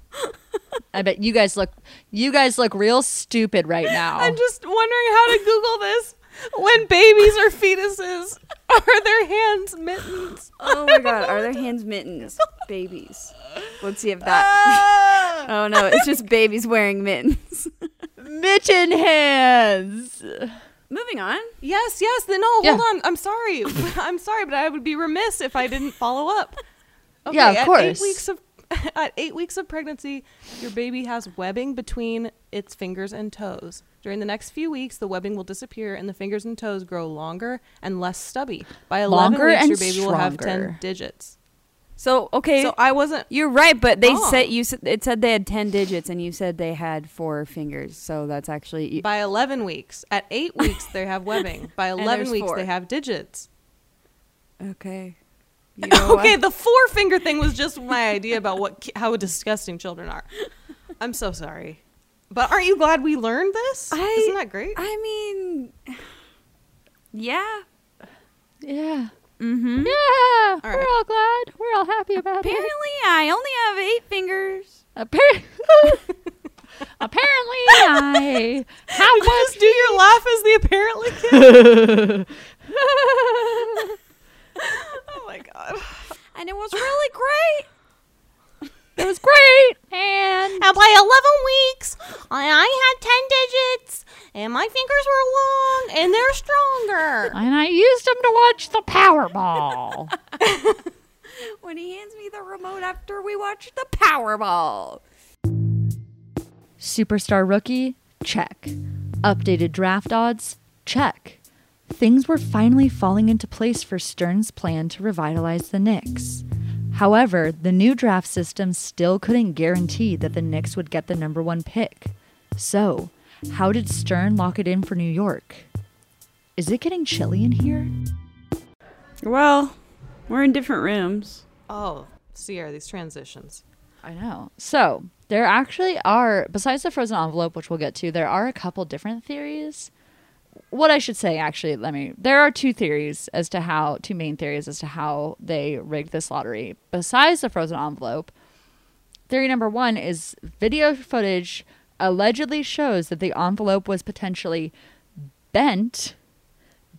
S1: I bet you guys look you guys look real stupid right now.
S3: I'm just wondering how to Google this. When babies or fetuses, are their hands mittens?
S2: Oh my god, are their hands mittens? Babies. Let's see if that. oh no, it's just babies wearing mittens.
S1: Mitten hands.
S2: Moving on.
S3: Yes, yes. Then no,
S1: Yeah.
S3: hold on. I'm sorry. I'm sorry, but I would be remiss if I didn't follow up. Okay,
S1: Yeah, of
S3: at
S1: course.
S3: Eight weeks of at eight weeks of pregnancy, your baby has webbing between its fingers and toes. During the next few weeks, the webbing will disappear and the fingers and toes grow longer and less stubby. By 11
S1: Longer
S3: weeks,
S1: and
S3: your baby will have 10
S1: stronger.
S3: digits.
S2: So okay,
S3: So uh, I wasn't.
S2: you're right, but they
S3: Wrong.
S2: said you said it said they had ten digits, and you said they had four fingers. So that's actually
S3: By 11 weeks. At eight weeks, they have webbing. By 11
S2: there's
S3: weeks,
S2: four.
S3: they have digits.
S2: okay.
S3: okay, the four finger thing was just my idea about what ki- how disgusting children are. I'm so sorry, but aren't you glad we learned this?
S2: I-
S3: Isn't that great?
S2: I mean, yeah.
S1: Yeah. Mm-hmm. Yeah.
S3: right.
S1: We're all glad. We're all happy about
S2: Apparently,
S1: it.
S2: I only have eight fingers.
S1: Appar- Apparently, I how
S3: you
S1: much
S3: just do your laugh as the apparently kid. oh my god!
S2: And it was really great.
S1: it was great, and
S3: Now by 11 weeks, I, I had 10 digits, and my fingers were long, and they're stronger.
S1: and I used them to watch the Powerball.
S2: when he hands me the remote after we watched the Powerball.
S1: Superstar rookie, check. Updated draft odds, check. Things were finally falling into place for Stern's plan to revitalize the Knicks. However, the new draft system still couldn't guarantee that the Knicks would get the number one pick. So, how did Stern lock it in for New York? Is it getting chilly in here?
S5: Well, we're in different rooms.
S3: Oh, Sierra, these transitions.
S1: I know. So there actually are, besides the frozen envelope, which we'll get to, there are a couple different theories. What I should say, actually, let me. There are two theories as to how, two main theories as to how they rigged this lottery. Besides the frozen envelope, theory number one is video footage allegedly shows that the envelope was potentially bent,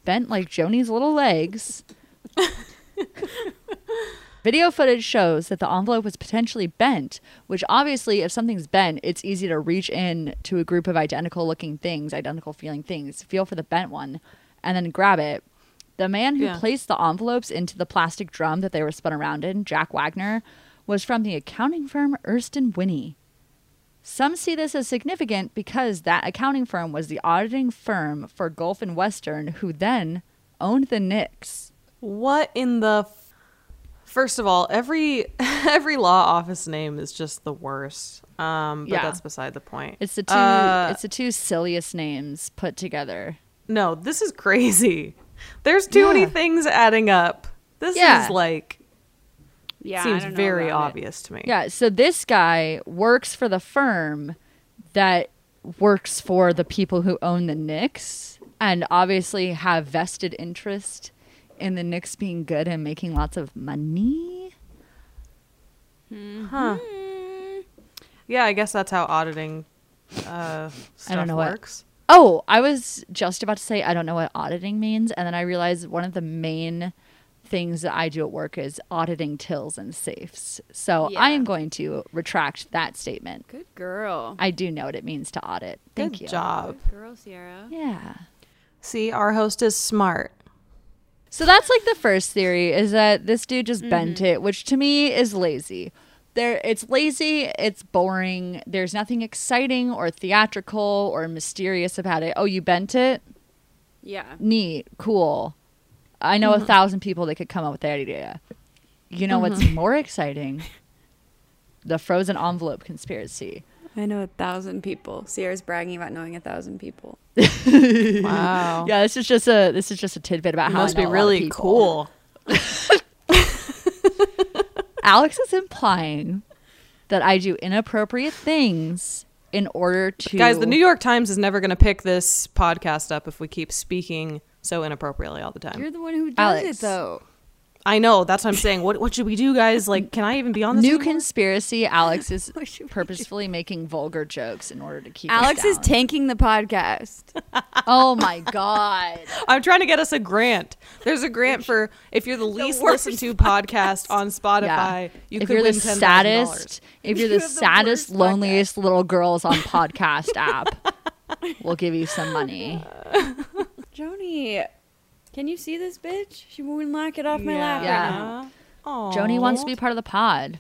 S1: bent like Joni's little legs. Video footage shows that the envelope was potentially bent, which obviously, if something's bent, it's easy to reach in to a group of identical looking things, identical feeling things, feel for the bent one, and then grab it. The man who
S3: Yeah.
S1: placed the envelopes into the plastic drum that they were spun around in, Jack Wagner, was from the accounting firm Erst and Winnie. Some see this as significant because that accounting firm was the auditing firm for Gulf and Western, who then owned the Knicks.
S3: What in the f- First of all, every every law office name is just the worst. Um, but
S1: Yeah.
S3: that's beside the point.
S1: It's the two.
S3: Uh,
S1: it's the two silliest names put together.
S3: no, this is crazy. There's too many
S1: Yeah.
S3: things adding up. This
S1: Yeah.
S3: is like
S5: Yeah, I
S3: seems
S5: don't know
S3: very
S5: about it.
S3: obvious to me.
S1: Yeah. So this guy works for the firm that works for the people who own the Knicks and obviously have vested interest in the Knicks being good and making lots of money.
S3: Yeah, I guess that's how auditing uh, stuff
S1: I don't know what-
S3: works.
S1: Oh, I was just about to say I don't know what auditing means, and then I realized one of the main things that I do at work is auditing tills and safes. So I am going to retract that statement.
S5: Good girl.
S1: I do know what it means to audit. Thank
S3: Good
S1: you.
S3: job.
S5: Girl, Sierra.
S1: Yeah.
S3: See, our host is smart.
S1: So that's like the first theory is that this dude just bent
S3: Mm-hmm.
S1: it, which to me is lazy. There it's lazy, it's boring. There's nothing exciting or theatrical or mysterious about it. Oh, you bent it?
S5: Yeah.
S1: Neat, cool. I know a thousand people that could come up with that idea. You know what's more exciting? The frozen envelope conspiracy.
S5: I know a thousand people. Sierra's bragging about knowing a thousand people.
S3: Wow.
S1: Yeah, this is just a this is just a tidbit about
S3: It
S1: how I
S3: must be
S1: know a lot of
S3: really
S1: people.
S3: cool.
S1: Alex is implying that I do inappropriate things in order to
S3: Guys, the New York Times is never going to pick this podcast up if we keep speaking so inappropriately all the
S5: Um,
S3: time.
S2: You're the one who does
S1: Alex.
S2: it, though.
S3: I know. That's what I'm saying. What what should we do, guys? Like, can I even be on this?
S1: New
S3: anymore?
S1: conspiracy. Alex is purposefully making vulgar jokes in order to keep. us
S2: Alex is
S1: down.
S2: tanking the podcast.
S1: oh my god!
S3: I'm trying to get us a grant. There's a grant for if you're the least listened to podcast on
S1: Yeah.
S3: Spotify, you
S1: if
S3: could
S1: you're
S3: win
S1: the
S3: $10,000.
S1: saddest, if you're
S5: You
S1: the
S5: have the
S1: saddest,
S5: worst podcast.
S1: loneliest little girls on podcast app, we'll give you some money.
S5: Joni, can you see this bitch? She won't knock it off my lap
S1: Yeah.
S5: right now.
S3: Aw.
S1: Joni wants to be part of the pod.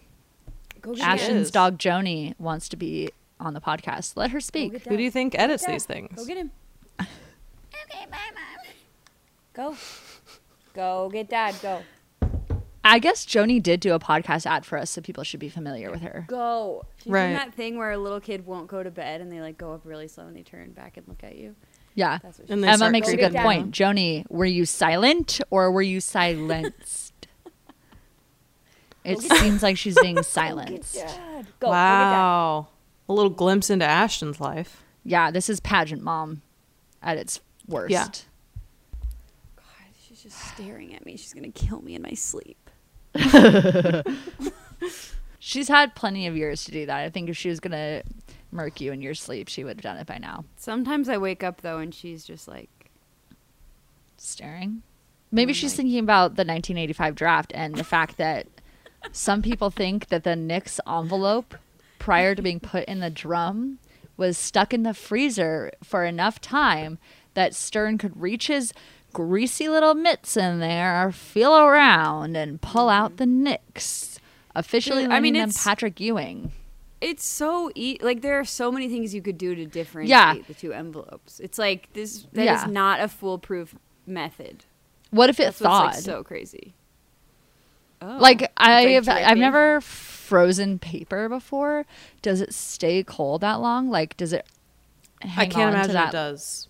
S5: Go get him.
S1: Ashton's
S3: is.
S1: dog Joni wants to be on the podcast. Let her speak.
S3: Who do you think edits these
S5: Go
S3: things?
S5: get him. okay, bye, mom. Go. Go get dad. Go.
S1: I guess Joni did do a podcast ad for us, so people should be familiar with her.
S5: Go. She's
S3: Right.
S5: doing that thing where a little kid won't go to bed and they like go up really slow and they turn back and look at you.
S1: Yeah.
S5: That's what she
S3: And they
S1: Emma
S3: start
S1: makes a
S5: creeping
S1: good
S5: down.
S1: point. Joni, were you silent or were you silenced? it seems like she's being silenced.
S5: God. Go. look at that.
S3: Wow. A little glimpse into Ashton's life.
S1: Yeah, this is pageant mom at its worst.
S3: Yeah.
S5: God, she's just staring at me. She's gonna kill me in my sleep.
S1: She's had plenty of years to do that. I think if she was going to murk you in your sleep, she would have done it by now.
S2: Sometimes I wake up though, and she's just like,
S1: Staring. Maybe she's thinking about the 1985 draft and the fact that some people think that the Knicks envelope prior to being put in the drum was stuck in the freezer for enough time that Stern could reach his greasy little mitts in there, feel around, and pull out the Knicks. Officially,
S2: Dude, I
S1: I mean,
S2: mean,
S1: them
S2: it's-
S1: Patrick Ewing.
S2: it's so e- like there are so many things you could do to differentiate
S1: Yeah.
S2: the two envelopes. It's like this that is
S1: Yeah.
S2: not a foolproof method.
S1: What if it
S2: That's
S1: thawed?
S2: what's like, so crazy. Oh,
S1: Like I've
S2: It's like
S1: I've
S2: drippy.
S1: never frozen paper before. Does it stay cold that long? Like does it?
S3: I
S1: hang on
S3: can't
S1: to
S3: imagine
S1: that?
S3: it does.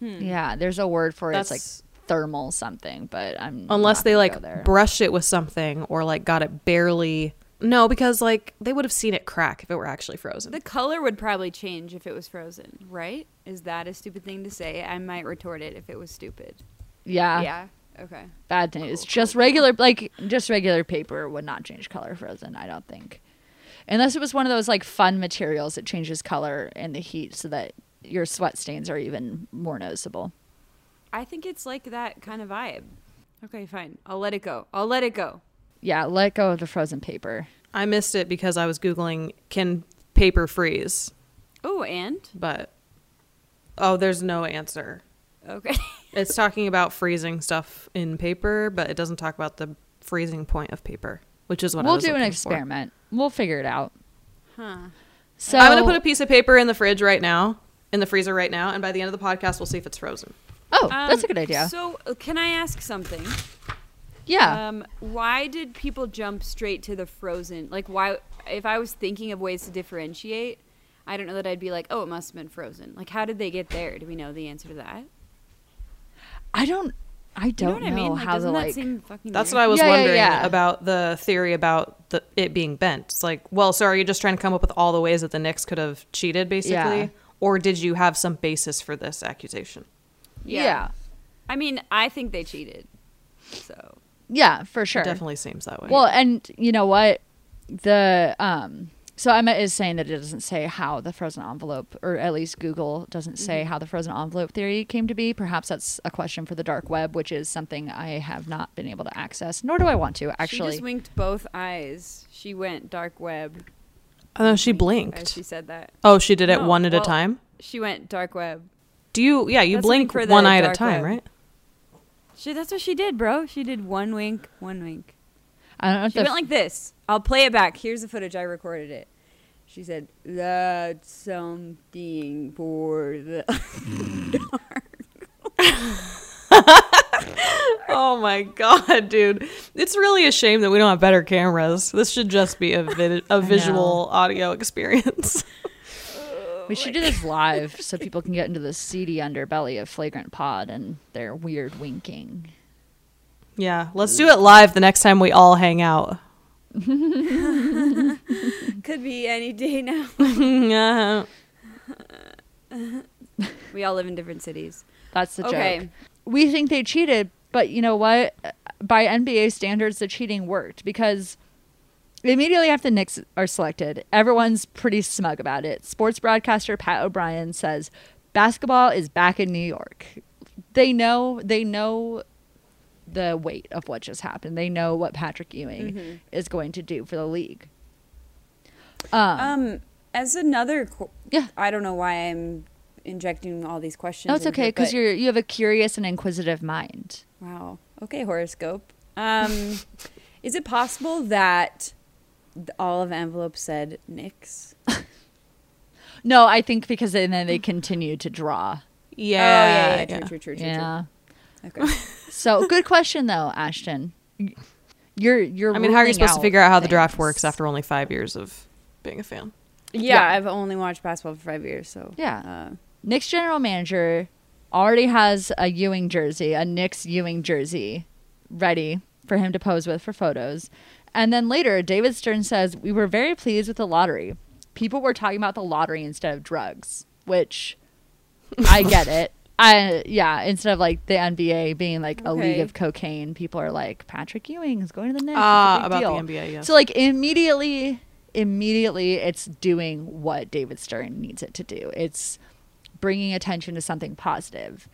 S1: Yeah, there's a word for it. It's
S3: Hmm. That's-
S1: like thermal something, but I'm
S3: Unless
S1: not
S3: they
S1: gonna
S3: like
S1: go there.
S3: brushed it with something or like got it barely. No, because like they would have seen it crack if it were actually frozen.
S2: The color would probably change if it was frozen, right? Is that a stupid thing to say? I might retort it if it was stupid.
S1: yeah,
S2: yeah. Okay.
S1: bad news. just regular like just regular paper would not change color frozen. I don't think, unless it was one of those like fun materials that changes color in the heat so that your sweat stains are even more noticeable.
S2: I think it's like that kind of vibe. Okay, fine. I'll let it go. I'll let it go.
S1: Yeah, let go of the frozen paper.
S3: I missed it because I was googling can paper freeze,
S2: Oh, and
S3: but oh, there's no answer.
S2: okay.
S3: It's talking about freezing stuff in paper, but it doesn't talk about the freezing point of paper, which is what I
S1: we'll
S3: was
S1: do an
S3: looking for.
S1: experiment. We'll figure it out.
S2: Huh.
S1: So
S3: I'm gonna put a piece of paper in the fridge right now, in the freezer right now, and by the end of the podcast, we'll see if it's frozen.
S1: Oh, that's a
S2: Um,
S1: good idea.
S2: So, uh, can I ask something?
S1: yeah.
S2: Um, why did people jump straight to the frozen? Like, why? If I was thinking of ways to differentiate, I don't know that I'd be like, oh, it must have been frozen. Like, how did they get there? Do we know the answer to that?
S1: I don't. I
S2: Do you know
S1: don't
S2: what
S1: know,
S2: I mean? Like,
S1: how the
S2: doesn't that
S1: like.
S2: seem fucking
S3: That's
S2: weird?
S3: what I was
S1: Yeah, yeah,
S3: wondering
S1: yeah.
S3: about the theory about the, it being bent. It's like, well, so are you just trying to come up with all the ways that the Knicks could have cheated, basically,
S1: Yeah.
S3: or did you have some basis for this accusation?
S1: yeah. yeah,
S2: Yeah. I mean, I think they cheated. So
S1: for sure.
S3: It definitely seems that way.
S1: Well, and you know what? The um. So Emma is saying that it doesn't say how the frozen envelope, or at least Google doesn't
S2: Mm-hmm.
S1: say how the frozen envelope theory came to be. Perhaps that's a question for the dark web, which is something I have not been able to access, nor do I want to
S2: she
S1: actually.
S2: just winked both eyes. She went dark web
S3: oh, no, she
S2: as
S3: blinked.
S2: she said that.
S3: oh, she did it
S2: No,
S3: one at
S2: well-
S3: a time.
S2: She went dark web.
S3: Do you? Yeah, you
S2: That's
S3: blink
S2: something for the
S3: one eye at a
S2: dark
S3: time,
S2: web.
S3: right?
S2: She that's what she did, bro. She did one wink, one wink.
S1: I don't know if
S2: She
S1: the
S2: went like this. I'll play it back. Here's the footage. I recorded it. She said, "That's something for the."
S3: Oh my god, dude! It's really a shame that we don't have better cameras. This should just be a vid- a visual audio experience.
S1: We should do this live so people can get into the seedy underbelly of Flagrant Pod and their weird winking.
S3: yeah, let's do it live the next time we all hang out.
S5: Could be any day now.
S3: Yeah.
S2: we all live in different cities.
S1: That's the
S2: Okay.
S1: joke. We think they cheated, but you know what? By NBA standards, the cheating worked because immediately after the Knicks are selected, everyone's pretty smug about it. Sports broadcaster Pat O'Brien says basketball is back in New York. They know they know the weight of what just happened. They know what Patrick Ewing is going to do for the league. Um,
S5: Um, as another, qu-
S1: Yeah.
S5: I don't know why I'm injecting all these questions.
S1: No, it's
S5: into
S1: okay
S5: it,
S1: because
S5: but-
S1: you're you have a curious and inquisitive mind.
S5: Wow. Okay, horoscope. Um, is it possible that th- all of the envelopes said Nix?
S1: No, I think because then then they continue to draw.
S5: oh yeah, yeah,
S3: yeah.
S5: true, true, true, true,
S1: Yeah.
S5: true. Okay.
S1: So good question though, Ashton. You You're you're.
S3: I mean, how are you
S1: ruling
S3: supposed to figure out how the draft
S1: things.
S3: works after only five years of being a fan?
S5: Yeah, I've only watched basketball for five years, so uh,
S1: Yeah. Nick's general manager already has a Ewing jersey, a Knicks Ewing jersey, ready for him to pose with for photos. And then later, David Stern says, We were very pleased with the lottery. People were talking about the lottery instead of drugs, which I get it. I, yeah, instead of like the NBA being like a league
S5: Okay.
S1: of cocaine, people are like, Patrick Ewing is going to the Knicks. It's a
S3: Ah,
S1: big
S3: about
S1: deal."
S3: the NBA, yes.
S1: So like immediately, immediately, it's doing what David Stern needs it to do. It's bringing attention to something positive.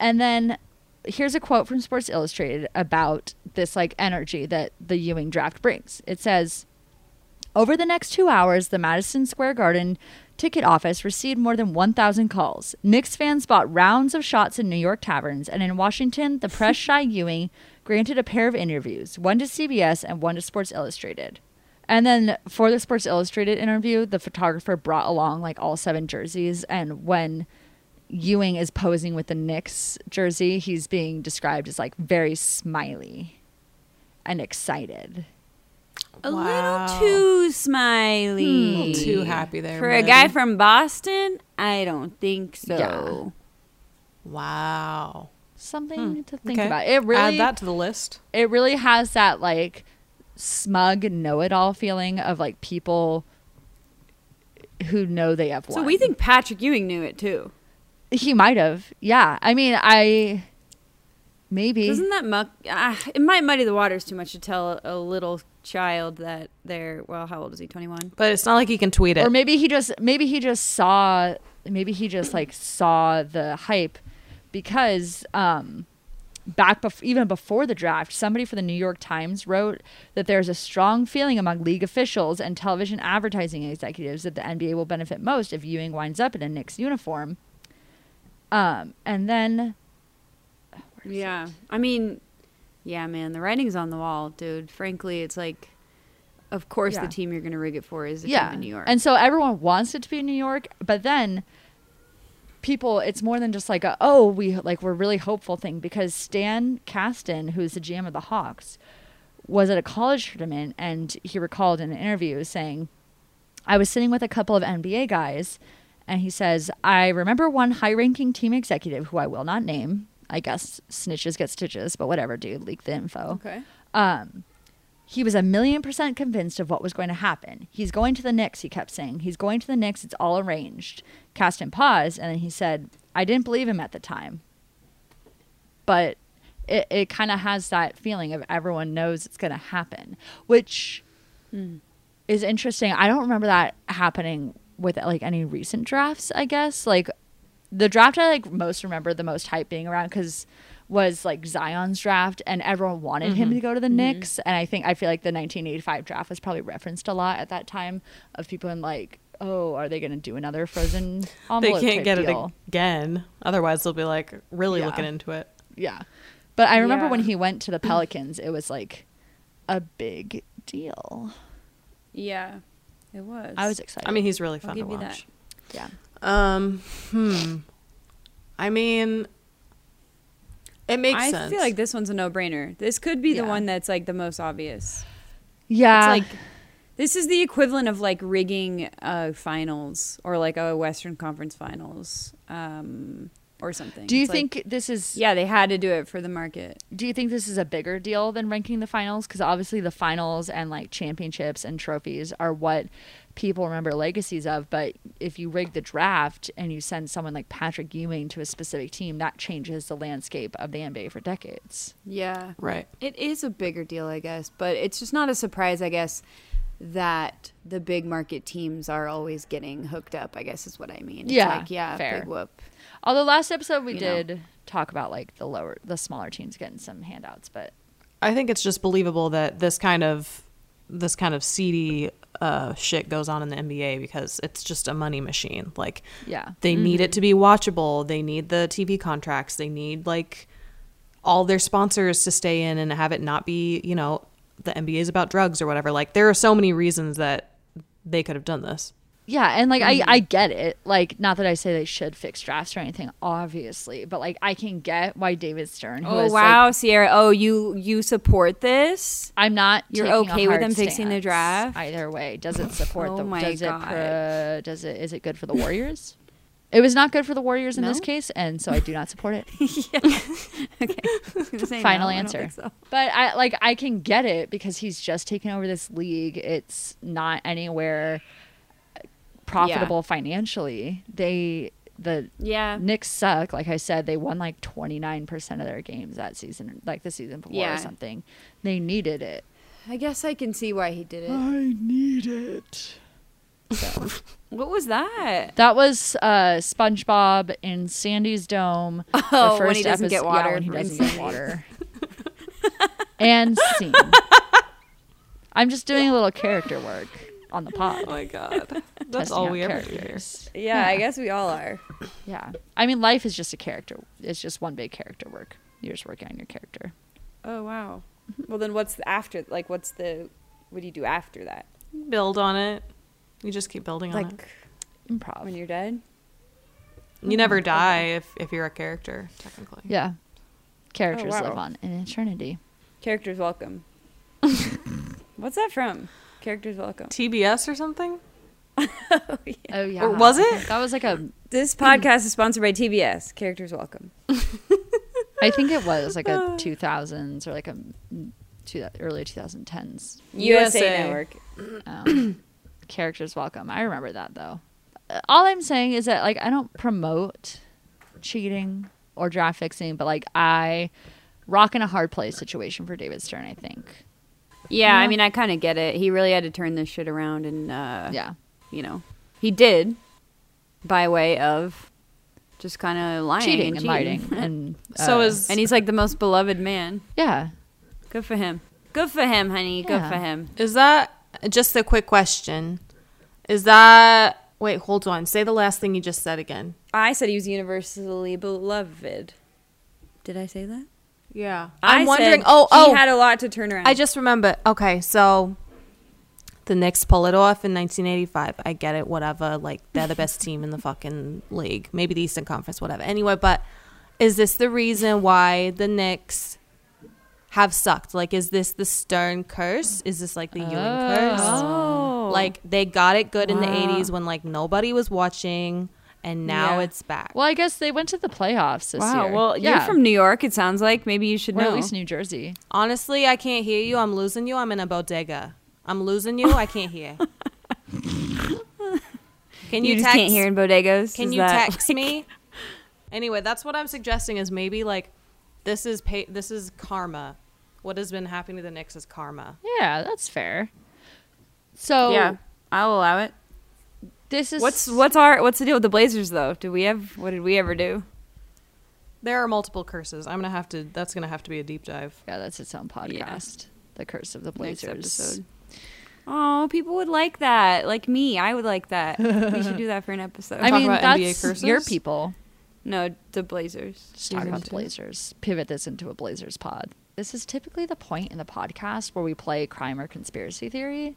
S1: And then here's a quote from Sports Illustrated about this like energy that the Ewing draft brings. It says. Over the next two hours, the Madison Square Garden ticket office received more than 1,000 calls. Knicks fans bought rounds of shots in New York taverns, and in Washington, the press shy Ewing granted a pair of interviews, one to CBS and one to Sports Illustrated. And then for the Sports Illustrated interview, the photographer brought along like all seven jerseys, and when Ewing is posing with the Knicks jersey, he's being described as like very smiley and excited.
S2: A
S3: Wow.
S2: little too smiley.
S3: Too happy there
S2: For a guy from Boston, I don't think so.
S1: Yeah.
S3: Wow.
S2: Hmm,
S1: Something to think about. It really
S3: add that to the list.
S1: it really has that like smug know-it-all feeling of like people who know they have won.
S2: So we think Patrick Ewing knew it too.
S1: he might have. Yeah, I mean, I maybe
S2: Doesn't that muck? Uh, it might muddy the waters too much to tell a little child that they're. Well, how old is he? Twenty one.
S3: But it's not like he can tweet it.
S1: or maybe he just maybe he just saw maybe he just like saw the hype because um back bef- even before the draft somebody for the new york times wrote that there's a strong feeling among league officials and television advertising executives that the nba will benefit most if ewing winds up in a knicks uniform um and then
S2: Yeah. I mean, yeah, man, the writing's on the wall, dude. Frankly, it's like, of course,
S1: Yeah.
S2: the team you're gonna rig it for is the
S1: yeah
S2: team in New York.
S1: and so everyone wants it to be in new york but then people it's more than just like a oh we like we're really hopeful thing because stan caston who's the gm of the hawks was at a college tournament and he recalled in an interview saying I was sitting with a couple of NBA guys, and he says, I remember one high ranking team executive who I will not name. I guess snitches get stitches, but whatever, dude, leak the info.
S5: Okay.
S1: Um, he was a million percent convinced of what was going to happen. He's going to the Knicks, he kept saying. He's going to the Knicks. It's all arranged. Caston paused, and then he said, I didn't believe him at the time. But it, it kind of has that feeling of everyone knows it's going to happen, which
S3: Hmm.
S1: is interesting. I don't remember that happening with like any recent drafts, I guess. Like the draft I like most remember the most hype being around cuz was like Zion's draft and everyone wanted
S3: Mm-hmm.
S1: him to go to the Knicks and I think I feel like the 1985 draft was probably referenced a lot at that time of people in like oh are they going to do another frozen
S3: They
S1: envelope
S3: can't
S1: type
S3: get
S1: deal?
S3: it again. Otherwise, they'll be like really
S1: Yeah.
S3: looking into it.
S1: Yeah. But I remember
S2: Yeah.
S1: when he went to the Pelicans it was like a big deal.
S5: Yeah, it was.
S1: I was excited.
S3: I mean, he's really fun to
S5: give you
S3: watch.
S1: yeah.
S3: Um, hmm. I mean, it makes
S5: I
S3: sense.
S5: feel like this one's a no-brainer. This could be
S1: Yeah.
S5: the one that's like the most obvious.
S3: Ah.
S1: Yeah.
S5: It's like this is the equivalent of like rigging uh, finals or like a Western Conference finals um, or something.
S1: do you
S5: It's like-
S1: think this is
S5: yeah, they had to do it for the market.
S1: do you think this is a bigger deal than ranking the finals because obviously the finals and like championships and trophies are what people remember legacies of but if you rig the draft and you send someone like patrick ewing to a specific team that changes the landscape of the nba for decades
S2: yeah.
S3: right.
S2: It is a bigger deal, I guess, but it's just not a surprise, I guess, that the big market teams are always getting hooked up, I guess is what I mean. It's
S1: Yeah,
S2: like, yeah,
S1: fair.
S2: big whoop.
S1: although last episode we
S2: You know.
S1: did talk about like the lower the smaller teams getting some handouts but
S3: I think it's just believable that this kind of this kind of seedy uh, shit goes on in the NBA because it's just a money machine. Like,
S1: Yeah. Mm-hmm.
S3: they need it to be watchable. They need the TV contracts. They need like all their sponsors to stay in and have it not be, you know, the NBA is about drugs or whatever. Like, there are so many reasons that they could have done this.
S1: Yeah, and like I, I
S2: Mm.
S1: get it. Like, not that I say they should fix drafts or anything, obviously, but like I can get why David Stern. Who
S2: Oh
S1: is,
S2: wow,
S1: like,
S2: Sierra. Oh, you you support this?
S1: I'm not.
S2: You're
S1: taking a
S2: okay with
S1: hard
S2: them fixing the
S1: stance
S2: draft?
S1: Either way, does it support
S2: Oh
S1: the?
S2: my
S1: does
S2: God.
S1: it? Pro, does it? Is it good for the Warriors? it was not good for the Warriors in this
S2: No?
S1: case, and so I do not support it.
S2: Gonna
S1: Final
S2: say no, I don't
S1: answer.
S2: think so.
S1: But I like I can get it because he's just taken over this league. It's not anywhere uh, profitable financially. They the
S2: Yeah.
S1: Knicks suck. Like I said, they won like 29% of their games that season, like the season before
S2: Yeah.
S1: or something. They needed it.
S2: I guess I can see why he did it.
S1: I need it.
S2: What was that?
S1: That was uh, SpongeBob in Sandy's Dome.
S2: Oh, when he doesn't
S1: episode-
S2: get
S1: Yeah,
S2: water
S1: when he
S2: from
S1: doesn't get
S2: Sandy.
S1: water. and scene. I'm just doing a little character work on the pod.
S3: Oh my god. That's
S1: testing
S3: all
S1: out
S3: we ever do here.
S1: characters.
S7: Yeah, I guess we all are.
S1: Yeah. I mean, life is just a character. It's just one big character work. You're just working on your character.
S7: Oh wow. Well, then what's the after? Like, what's the? What do you do after that?
S3: Build on it. You just keep building on
S7: Like
S1: Improv.
S7: when you're dead?
S3: it.
S1: mm-hmm.
S3: You never die if, if you're a character, technically.
S1: Yeah. Characters live
S7: wow.
S1: on in eternity.
S7: Characters welcome. what's that from? Characters welcome.
S3: TBS or something?
S1: Oh yeah.
S3: Or was it?
S1: That was like a
S7: This podcast is sponsored by TBS. Characters welcome.
S1: I think it was like a 2000s or like a two, early 2010s.
S7: USA,
S3: USA.
S7: Network.
S1: Um, characters welcome. I remember that though. Uh, All I'm saying is that like I don't promote cheating or draft fixing, but like I rock in a hard place situation for David Stern, I think.
S2: Yeah, I mean, I kind of get it. He really had to turn this shit around, and uh,
S1: Yeah.
S2: you know, he did by way of just kind of lying,
S1: Cheating
S2: and,
S1: and lying and
S7: Oh.
S3: So
S1: uh,
S3: is
S2: and he's like the most beloved man.
S1: yeah.
S2: Good for him. Good for him, honey.
S1: Yeah.
S2: Good for him.
S3: Is that just a quick question? Is that wait? Hold on. Say the last thing you just said again.
S7: I said he was universally beloved. Did I say that?
S3: Yeah,
S7: I
S3: I'm
S7: said
S3: wondering. Oh, oh,
S7: He had a lot to turn around.
S3: I just remember. Okay, so the Knicks pull it off in 1985. I get it. Whatever. Like they're the best team in the fucking league. Maybe the Eastern Conference. Whatever. Anyway, but is this the reason why the Knicks? Have sucked. Like, is this the Stern curse? Is this like the Ewing curse?
S2: Oh,
S3: Like they got it good in the 80s when like nobody was watching and now
S2: Yeah.
S3: it's back.
S1: Well, I guess they went to the playoffs this
S2: wow.
S1: year.
S2: Well,
S1: yeah.
S2: you're from New York. It sounds like maybe you should
S1: or
S2: know.
S1: at least New Jersey.
S3: Honestly, I can't hear you. I'm losing you. I'm in a bodega. I'm losing you. I can't hear. Can
S2: you,
S3: you,
S2: just
S3: text
S2: can't hear in bodegas.
S3: Can
S2: Is
S3: you
S2: that-
S3: text me? Anyway, that's what I'm suggesting is maybe like this is pay- this is karma. What has been happening to the Knicks is karma.
S1: Yeah, that's fair.
S7: Oh.
S1: So
S2: Yeah, I'll allow it.
S1: this is
S2: What's what's our what's the deal with the Blazers though? Did we have what did we ever do?
S3: There are multiple curses. I'm going to have to that's going to have to be a deep dive.
S1: Yeah, that's its own podcast. The Curse of the
S2: Next
S1: Blazers.
S2: episode. Oh, people would like that. Like me, I would like that. we should do that for an episode.
S1: I
S3: Talk
S1: mean,
S3: about NBA
S1: that's your
S3: curses?
S1: people.
S2: no, the Blazers.
S1: Just talk
S3: Season
S1: about the
S3: two.
S1: Blazers. Pivot this into a Blazers pod. This is typically the point in the podcast where we play crime or conspiracy theory.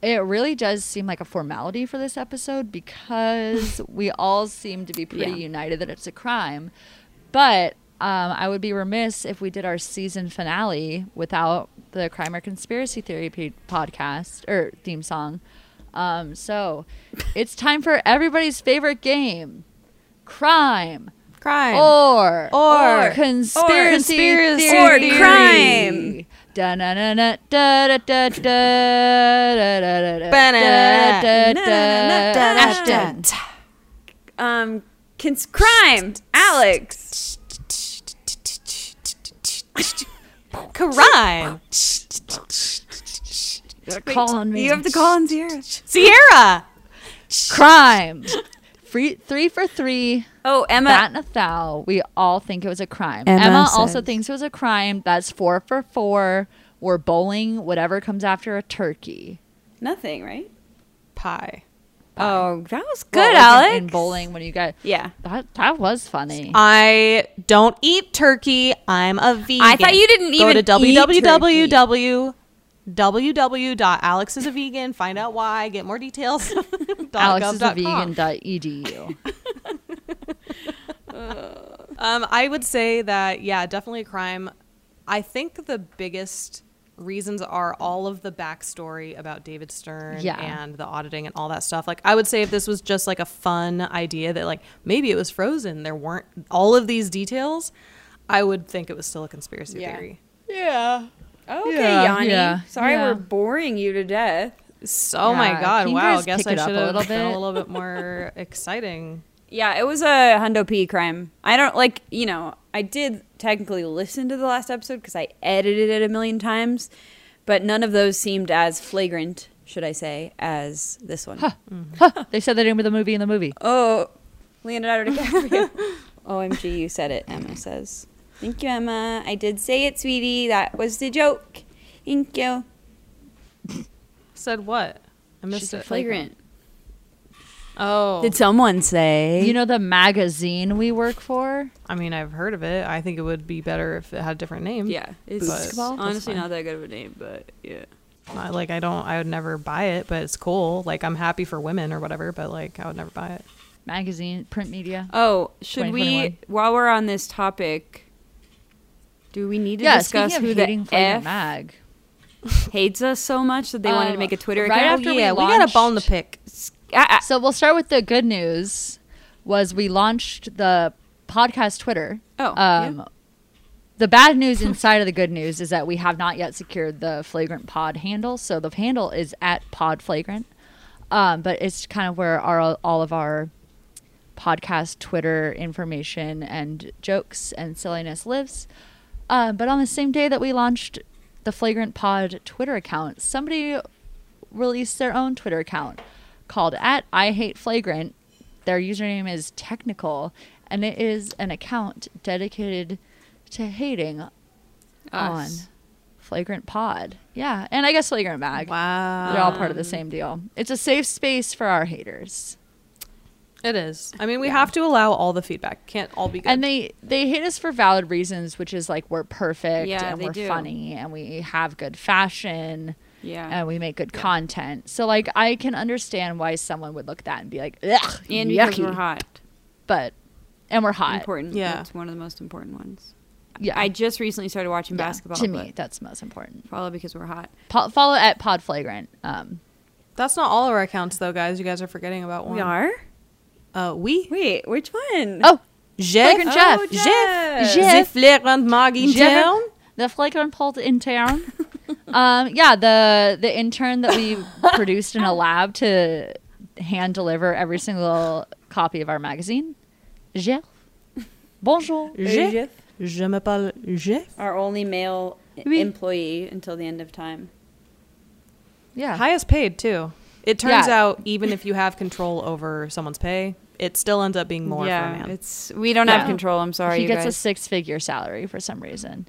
S1: It really does seem like a formality for this episode because we all seem to be pretty
S2: Yeah.
S1: united that it's a crime. But um, I would be remiss if we did our season finale without the crime or conspiracy theory p- podcast or theme song. Um, so it's time for everybody's favorite game crime
S3: Crime.
S1: or
S3: Or- or
S1: conspiracy
S3: conspiracy
S1: theory.
S3: theory.
S7: crime.
S1: Da na na na da da da da da da da da
S3: Ba-na-na-na.
S1: da da
S7: Na-na-na-na.
S1: da.
S3: Ashton.
S7: um cons- crime. Alex.
S3: Crime.
S1: They're calling me
S2: You have to call in Sierra.
S3: Sierra.
S1: crime. Free, three for three,
S2: Oh, Emma.
S1: bat and a thou. We all think it was a crime. Emma, also thinks it was a crime. That's four for four. We're bowling whatever comes after a turkey.
S7: Nothing, right?
S3: Pie.
S2: oh, that was good,
S1: What was it
S2: Alex.
S1: In bowling, when you got
S2: Yeah.
S1: that that was funny.
S3: I don't eat turkey. I'm a vegan.
S2: thought you didn't
S3: Go
S2: even
S3: to
S2: eat turkey.
S3: www. www.alexisavegan. Find out why. Get more details.
S1: Alex
S3: dot
S1: is
S3: gov
S1: a E
S3: dot com.
S1: vegan.edu.
S3: Um, I would say that yeah, definitely a crime. I think the biggest reasons are all of the backstory about David Stern
S1: Yeah.
S3: and the auditing and all that stuff. Like I would say if this was just like a fun idea that like maybe it was frozen, there weren't all of these details, I would think it was still a conspiracy
S8: Yeah.
S3: theory.
S9: Yeah.
S8: Okay,
S1: Yeah,
S8: Yanni.
S1: yeah,
S8: Sorry
S1: yeah.
S8: we're boring you to death.
S3: So, oh my
S1: Yeah.
S3: god,
S1: Can you
S3: wow,
S1: guys
S3: guess
S1: pick
S3: I
S1: it up a
S3: should have
S1: little
S3: been a
S1: bit?
S3: little bit more exciting.
S2: Yeah, it was a hundo p crime. I don't like you know. I did technically listen to the last episode because I edited it a million times, but none of those seemed as flagrant, should I say, as this one.
S1: they said the name of the movie in the movie.
S2: Oh, Leonardo DiCaprio. OMG, you said it, Emma says. Thank you, Emma. I did say it, sweetie. That was the joke. Thank you.
S3: Said what? I missed it.
S2: Flagrant.
S3: Oh,
S2: Did someone say?
S1: You know the magazine we work for?
S3: I mean, I've heard of it. I think it would be better if it had a different name.
S2: yeah, it's
S3: Basketball? That's
S2: honestly
S3: fine.
S2: not that good of a name, but yeah.
S3: I- like I don't I would never buy it, but it's cool. Like I'm happy for women or whatever, but like I would never buy it.
S1: Magazine, print media.
S2: Oh, should we?
S3: 2021.
S2: While we're on this topic, do we need to
S1: yeah,
S2: discuss
S1: speaking
S2: who
S1: of hating
S2: the
S1: Flagrant
S2: f
S1: Mag.
S2: hates us so much that they wanted to
S1: Um,
S2: make a Twitter
S1: right
S2: account?
S1: after Oh, we yeah, we got a launched- bone to
S3: pick.
S2: Ah, ah,
S1: So we'll start with the good news. Was we launched the podcast Twitter?
S2: Oh,
S1: Um,
S2: yeah.
S1: The bad news inside of the good news is that we have not yet secured the flagrant pod handle. So the handle is at pod flagrant, um, but it's kind of where our all of our podcast Twitter information and jokes and silliness lives. Uh, but on the same day that we launched the flagrant pod Twitter account, somebody released their own Twitter account called at I hate flagrant. Their username is technical, and it is an account dedicated to hating on
S2: Us.
S1: flagrant pod. Yeah, and I guess flagrant mag.
S3: Wow.
S1: They're all part of the same deal. It's a safe space for our haters.
S3: It is. I mean, we have to allow all the feedback. Can't all be good.
S1: And they they hate us for valid reasons, which is like we're perfect
S2: Yeah,
S1: and
S2: they
S1: we're
S2: do.
S1: funny and we have good fashion
S2: yeah.
S1: and we make good content. So like I can understand why someone would look at that and be like, Ugh,
S2: and
S1: yucky.
S2: because we're hot.
S1: But and we're hot.
S2: Important.
S3: Yeah.
S2: That's one of the most important ones.
S1: Yeah,
S2: I just recently started watching
S1: yeah,
S2: basketball.
S1: To
S2: but
S1: me, that's most important.
S2: Probably because we're hot.
S1: Po- follow at Pod Flagrant. Um,
S3: That's not all our accounts though, guys. You guys are forgetting about one.
S8: We are?
S3: Uh, we.
S8: Wait, which one?
S1: oh,
S3: Jeff.
S1: Flagrant Jeff.
S3: Jeff.
S1: Jeff.
S3: The flagrant mag in
S1: Jeff-
S3: town.
S1: the flagrant pod intern. um, yeah, the the intern that we produced in a lab to hand deliver every single copy of our magazine. Jeff, bonjour.
S3: Jeff. Je m'appelle Jeff.
S2: Our only male
S1: Oui.
S2: employee until the end of time.
S1: Yeah,
S3: Highest paid too. It turns
S1: Yeah.
S3: out even if you have control over someone's pay, it still ends up being more for a
S2: yeah,
S3: man.
S2: it's we don't
S1: Yeah.
S2: have control. I'm sorry,
S1: he
S2: you
S1: gets a
S2: guys.
S1: six figure salary for some reason.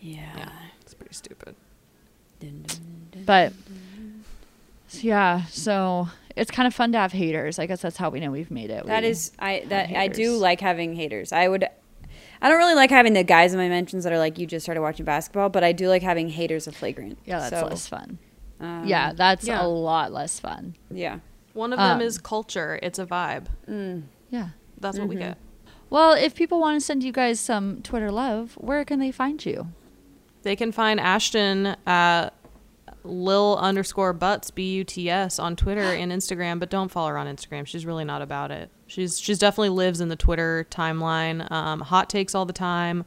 S2: yeah.
S3: it's pretty stupid.
S1: But yeah, so it's kind of fun to have haters. I guess that's how we know we've made it.
S2: That
S1: We-
S2: is, I that I do
S1: haters.
S2: like having haters. I would, I don't really like having the guys in my mentions that are like, you just started watching basketball, but I do like having haters of flagrant.
S1: yeah, that's
S2: So,
S1: less fun.
S2: um,
S1: yeah, that's
S3: yeah.
S1: a lot less fun.
S2: yeah.
S3: One of them
S1: Um,
S3: is culture. It's a vibe.
S1: Yeah.
S3: That's what we
S1: Mm-hmm.
S3: get.
S1: Well, if people want to send you guys some Twitter love, where can they find you?
S3: They can find Ashton at lil underscore butts b u t s on Twitter and Instagram, but don't follow her on Instagram. She's really not about it. She's she's definitely lives in the Twitter timeline. Um, hot takes all the time,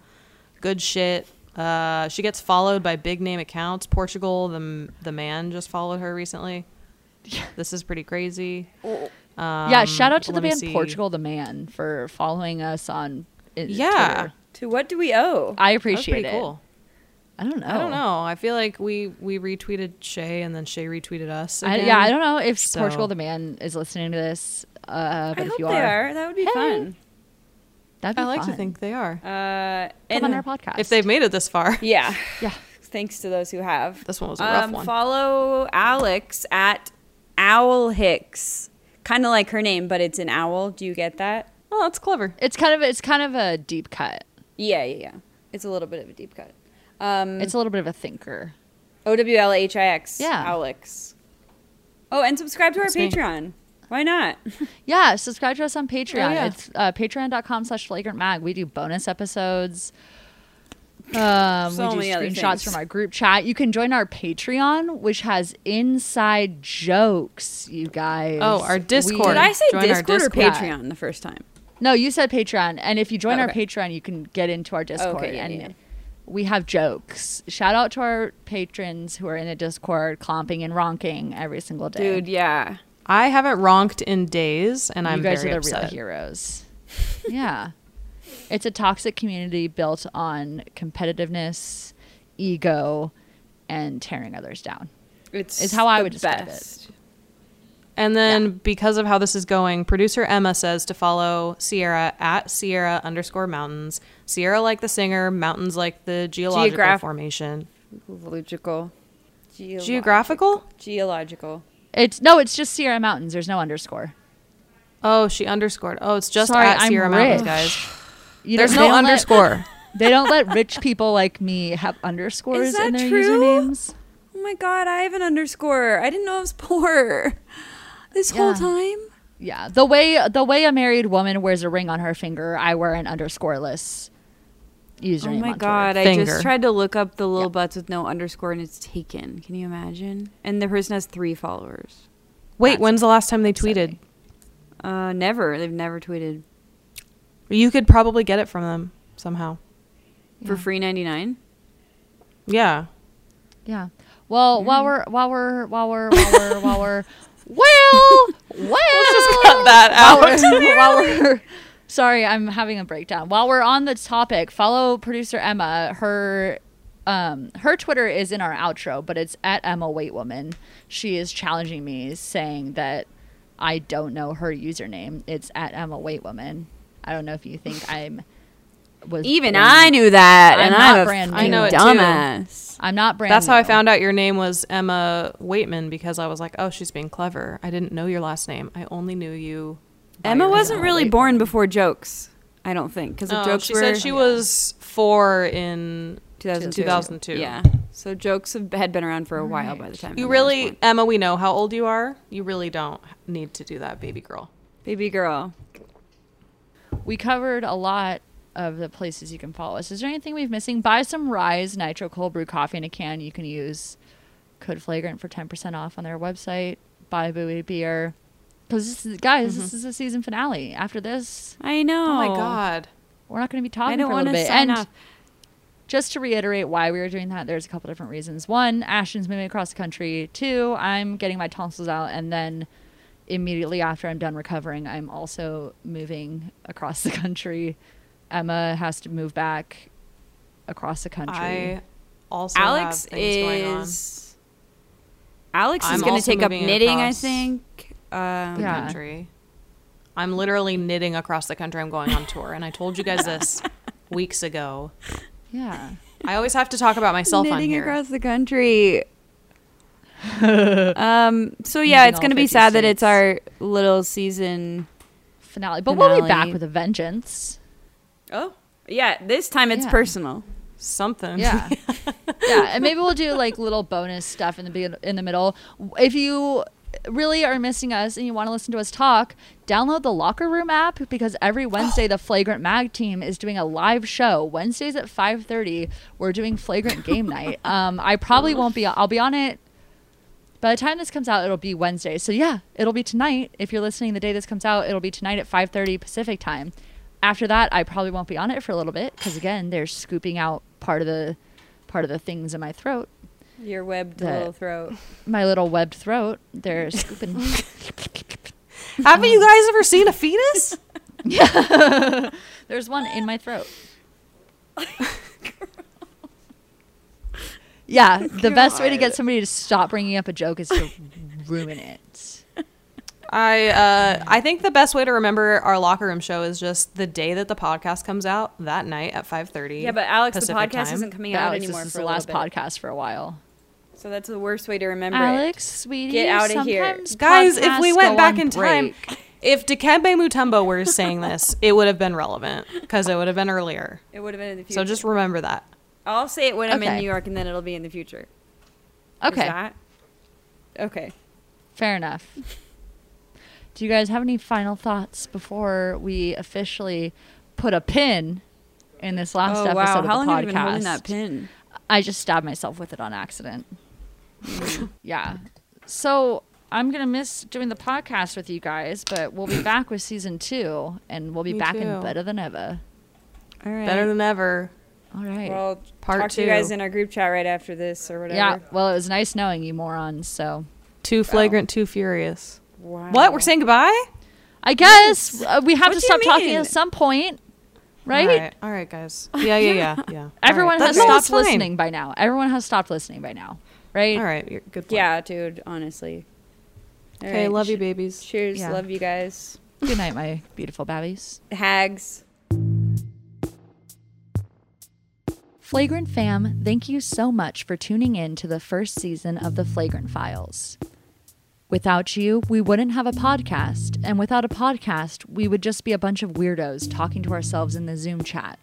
S3: good shit. Uh, she gets followed by big name accounts. Portugal, the the man just followed her recently. This is pretty crazy. Um,
S1: yeah, shout out to the
S3: let me
S1: band
S3: see.
S1: Portugal the Man for following us on I-
S3: Yeah.
S1: Twitter.
S8: To what do we owe?
S1: I
S3: That's
S1: appreciate
S3: pretty
S1: it.
S3: cool.
S1: I don't know.
S3: I don't know. I feel like we we retweeted Shay and then Shay retweeted us.
S1: I-
S3: again.
S1: yeah, I don't know if
S3: So-
S1: Portugal the Man is listening to this, uh, but
S8: I
S1: if
S8: hope
S1: you
S8: they
S1: are,
S8: are. That would be
S1: Hey.
S8: fun.
S1: that'd be
S3: I like
S1: fun.
S3: to think they are.
S8: Uh,
S1: Come
S8: and
S1: on our podcast.
S3: if they've made it this far.
S8: yeah,
S1: yeah,
S8: thanks to those who have.
S3: This one was a rough
S2: Um,
S3: one.
S8: Follow Alex at Owl Hicks. Kind of like her name, but it's an owl. Do you get that?
S3: Oh, that's clever.
S1: it's kind of it's kind of a deep cut.
S8: Yeah, yeah, yeah. It's a little bit of a deep cut. Um,
S3: Mm.
S1: It's a little bit of a thinker.
S2: O W L H I X.
S1: Yeah.
S2: Owlix. Oh, and subscribe to our
S3: me.
S2: Patreon. Why not?
S1: Yeah, subscribe to us on Patreon.
S3: yeah.
S1: It's uh, patreon.com slash flagrant mag. We do bonus episodes. Um,
S2: So
S1: we do
S2: many other
S1: screenshots
S2: things.
S1: from our group chat. You can join our Patreon, which has inside jokes, you guys.
S3: Oh, our
S1: We-
S3: Discord.
S2: Did I say
S3: Join our
S2: Discord, or
S3: Discord.
S2: Patreon the first time?
S1: No, you said Patreon. And if you join
S2: Oh,
S1: our
S2: okay.
S1: Patreon, you can get into our Discord.
S2: yeah,
S1: and
S2: yeah.
S1: we have jokes. Shout out to our patrons who are in the Discord, clomping and ronking every single day.
S2: Dude, yeah.
S3: I haven't ronked in days, and I'm
S1: you guys
S3: very
S1: are the real
S3: upset.
S1: heroes. yeah. It's a toxic community built on competitiveness, ego, and tearing others down.
S2: It's
S1: Is how I
S2: the
S1: would describe it.
S3: And then because of how this is going, producer Emma says to follow Sierra at Sierra underscore mountains. Sierra like the singer, mountains like the geological
S2: Geograph-
S3: formation.
S2: Logical.
S3: Geographical?
S2: Geological.
S1: It's no, it's just Sierra Mountains. There's no underscore.
S3: Oh, she underscored. Oh, it's just
S1: Sorry,
S3: at
S1: I'm
S3: Sierra Mountains,
S1: rich.
S3: guys.
S1: You
S3: There's
S1: don't-
S3: no
S1: they don't let-
S3: underscore.
S1: they don't let rich people like me have underscores
S2: Is that
S1: in their
S2: true?
S1: usernames.
S2: Oh my god, I have an underscore. I didn't know I was poor this whole
S1: Yeah.
S2: time.
S1: Yeah, the way the way a married woman wears a ring on her finger, I wear an underscoreless username.
S2: Oh
S1: on
S2: my
S1: Twitter.
S2: god, I
S3: Finger.
S2: just tried to look up the little butts with no underscore and it's taken. Can you imagine? And the person has three followers.
S3: Wait, when's the last time they tweeted?
S1: upsetting.
S2: Uh, never. They've never tweeted
S3: You could probably get it from them somehow.
S2: for free ninety nine.
S3: Yeah.
S1: Yeah. Well, while we're while we're while we're while we're while we're well, well, let's just cut that out. While we're, while we're- sorry, I'm having a breakdown. While we're on the topic, follow producer Emma. Her um her Twitter is in our outro, but it's at Emma Waitwoman. She is challenging me, saying that I don't know her username. It's at Emma Waitwoman. I don't know if you think I'm was
S2: Even
S1: born-
S2: I knew that,
S1: I'm
S2: and
S1: not
S2: I'm a
S1: brand
S2: fucking
S1: new. I know
S3: it too.
S2: dumbass.
S1: I'm not brand.
S3: That's how I
S1: new.
S3: found out your name was Emma Waitman because I was like, oh, she's being clever. I didn't know your last name. I only knew you. by
S2: Emma
S3: your
S2: wasn't
S3: name.
S2: really
S1: wait.
S2: born before jokes. I don't think because the
S3: No,
S2: jokes
S3: Oh, she
S2: were
S3: said she was four in
S2: 2002.
S3: 2002.
S2: Yeah, so jokes have, had been around for a while by the time
S3: You
S2: Emma was born.
S3: really, Emma, we know how old you are. You really don't need to do that, baby girl.
S2: baby girl.
S1: we covered a lot of the places you can follow us. Is there anything we've missing? Buy some Rise Nitro Cold Brew coffee in a can. You can use code Flagrant for ten percent off on their website. Buy Bowie beer. Because this is, guys,
S2: Mm-hmm.
S1: this is the season finale. After this,
S2: I know.
S3: Oh, my God.
S1: we're not going to be
S2: I
S1: talking
S2: don't
S1: for a
S2: want
S1: little
S2: to
S1: bit.
S2: sign
S1: And
S2: off.
S1: just to reiterate why we were doing that, there's a couple different reasons. One, Ashton's moving across the country. Two, I'm getting my tonsils out, and then immediately after I'm done recovering, I'm also moving across the country. Emma has to move back across the country.
S3: I also
S2: Alex
S3: have things going on.
S2: is. Alex
S3: I'm
S2: is going to
S3: also
S2: take up
S3: moving
S2: knitting.
S3: across.
S2: I think. Um,
S1: Yeah.
S3: country. I'm literally knitting across the country. I'm going on tour, and I told you guys this weeks ago.
S1: yeah.
S3: I always have to talk about myself on
S2: knitting
S3: here.
S2: across the country. um. So yeah,
S1: Knitting
S2: it's
S1: all
S2: going to be
S1: 50
S2: sad that it's our
S1: states.
S2: little season.
S1: Finale. But we'll be back
S2: Finale.
S1: with a vengeance.
S2: Oh yeah, this time it's
S1: Yeah.
S2: personal.
S3: Something.
S1: Yeah. yeah, and maybe we'll do like little bonus stuff in the begin- in the middle. If you really are missing us and you want to listen to us talk, download the Locker Room app because every Wednesday the Flagrant Mag team is doing a live show. Wednesdays at 5:30, we're doing Flagrant Game Night. Um I probably won't be I'll be on it by the time this comes out, it'll be Wednesday. So yeah, it'll be tonight. If you're listening the day this comes out, it'll be tonight at 5:30 Pacific time. After that, I probably won't be on it for a little bit because again, they're scooping out part of the part of the things in my throat,
S2: Your webbed
S1: That-
S2: little throat.
S1: my little webbed throat. They're scooping.
S3: Haven't you guys ever seen a fetus?
S1: There's one in my throat. yeah, the best way to get somebody to stop bringing up a joke is to ruin it.
S3: I uh, I think the best way to remember our locker room show is just the day that the podcast comes out that night at 5:30.
S2: Yeah, but Alex,
S3: Pacific
S2: the podcast
S3: time.
S2: isn't coming
S1: But
S2: out
S1: Alex,
S2: anymore
S1: this is
S2: for
S1: the
S2: a little
S1: last
S2: bit.
S1: podcast for a while.
S2: So that's the worst way to remember
S1: Alex, sweetie,
S2: Get outta here.
S1: sometimes
S3: Guys, if we
S1: podcasts
S3: went
S1: go
S3: back
S1: on
S3: in time,
S1: break.
S3: if Dikembe Mutombo were saying this, it would have been relevant because it would have been earlier.
S2: it. It would have been in the future.
S3: So just remember that.
S2: I'll say it when I'm
S1: Okay.
S2: in New York, and then it'll be in the future. Is
S1: Okay.
S2: that- Okay.
S1: Fair enough. Do you guys have any final thoughts before we officially put a pin in this last
S2: Oh
S1: episode
S2: wow!
S1: of
S2: How
S1: the
S2: long
S1: podcast?
S2: have you been holding that pin?
S1: I just stabbed myself with it on accident. yeah. So I'm gonna miss doing the podcast with you guys, but we'll be back with season two, and we'll be
S3: Me
S1: back
S3: too.
S1: and better than ever.
S2: All right.
S4: Better than ever.
S1: All right.
S2: Well,
S4: Part
S2: talk to you
S4: two.
S2: guys in our group chat right after this or whatever.
S1: yeah. Well, it was nice knowing you, morons. So
S4: Too flagrant, too furious.
S2: Wow.
S4: What? We're saying goodbye?
S1: I guess uh, we have
S2: What
S1: to
S2: do you
S1: stop talking
S2: mean?
S1: at some point, right?
S4: All right, all right guys. Yeah, yeah, yeah, yeah.
S1: Everyone
S4: All right.
S1: has
S4: That- no, it's
S1: stopped
S4: fine.
S1: listening by now. Everyone has stopped listening by now, right?
S4: All right, you're good. Point.
S2: Yeah, dude. Honestly. All
S4: Okay,
S2: right,
S4: love you,
S2: ch-
S4: babies.
S2: Cheers.
S1: Yeah.
S2: Love you guys.
S1: Good night, my beautiful babbies.
S2: Hags.
S1: Flagrant fam, thank you so much for tuning in to the first season of The Flagrant Files. Without you, we wouldn't have a podcast, and without a podcast, we would just be a bunch of weirdos talking to ourselves in the Zoom chat.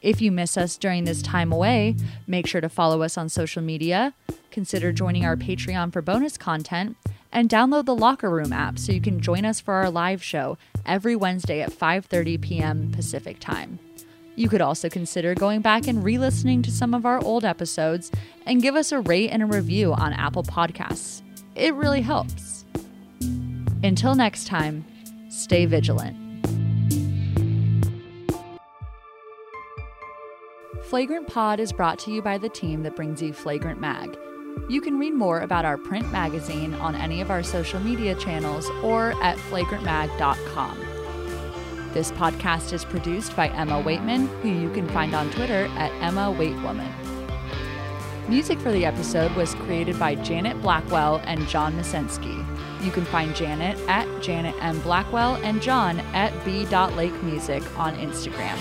S1: If you miss us during this time away, make sure to follow us on social media, consider joining our Patreon for bonus content, and download the Locker Room app so you can join us for our live show every Wednesday at 5:30 p.m. Pacific Time. You could also consider going back and re listening to some of our old episodes and give us a rate and a review on Apple Podcasts. It really helps. Until next time, stay vigilant. Flagrant Pod is brought to you by the team that brings you Flagrant Mag. You can read more about our print magazine on any of our social media channels or at flagrantmag.com. This podcast is produced by Emma Waitman, who you can find on Twitter at Emma Waitwoman. Music for the episode was created by Janet Blackwell and John Masensky. You can find Janet at Janet M. Blackwell and John at B.Lake Music on Instagram.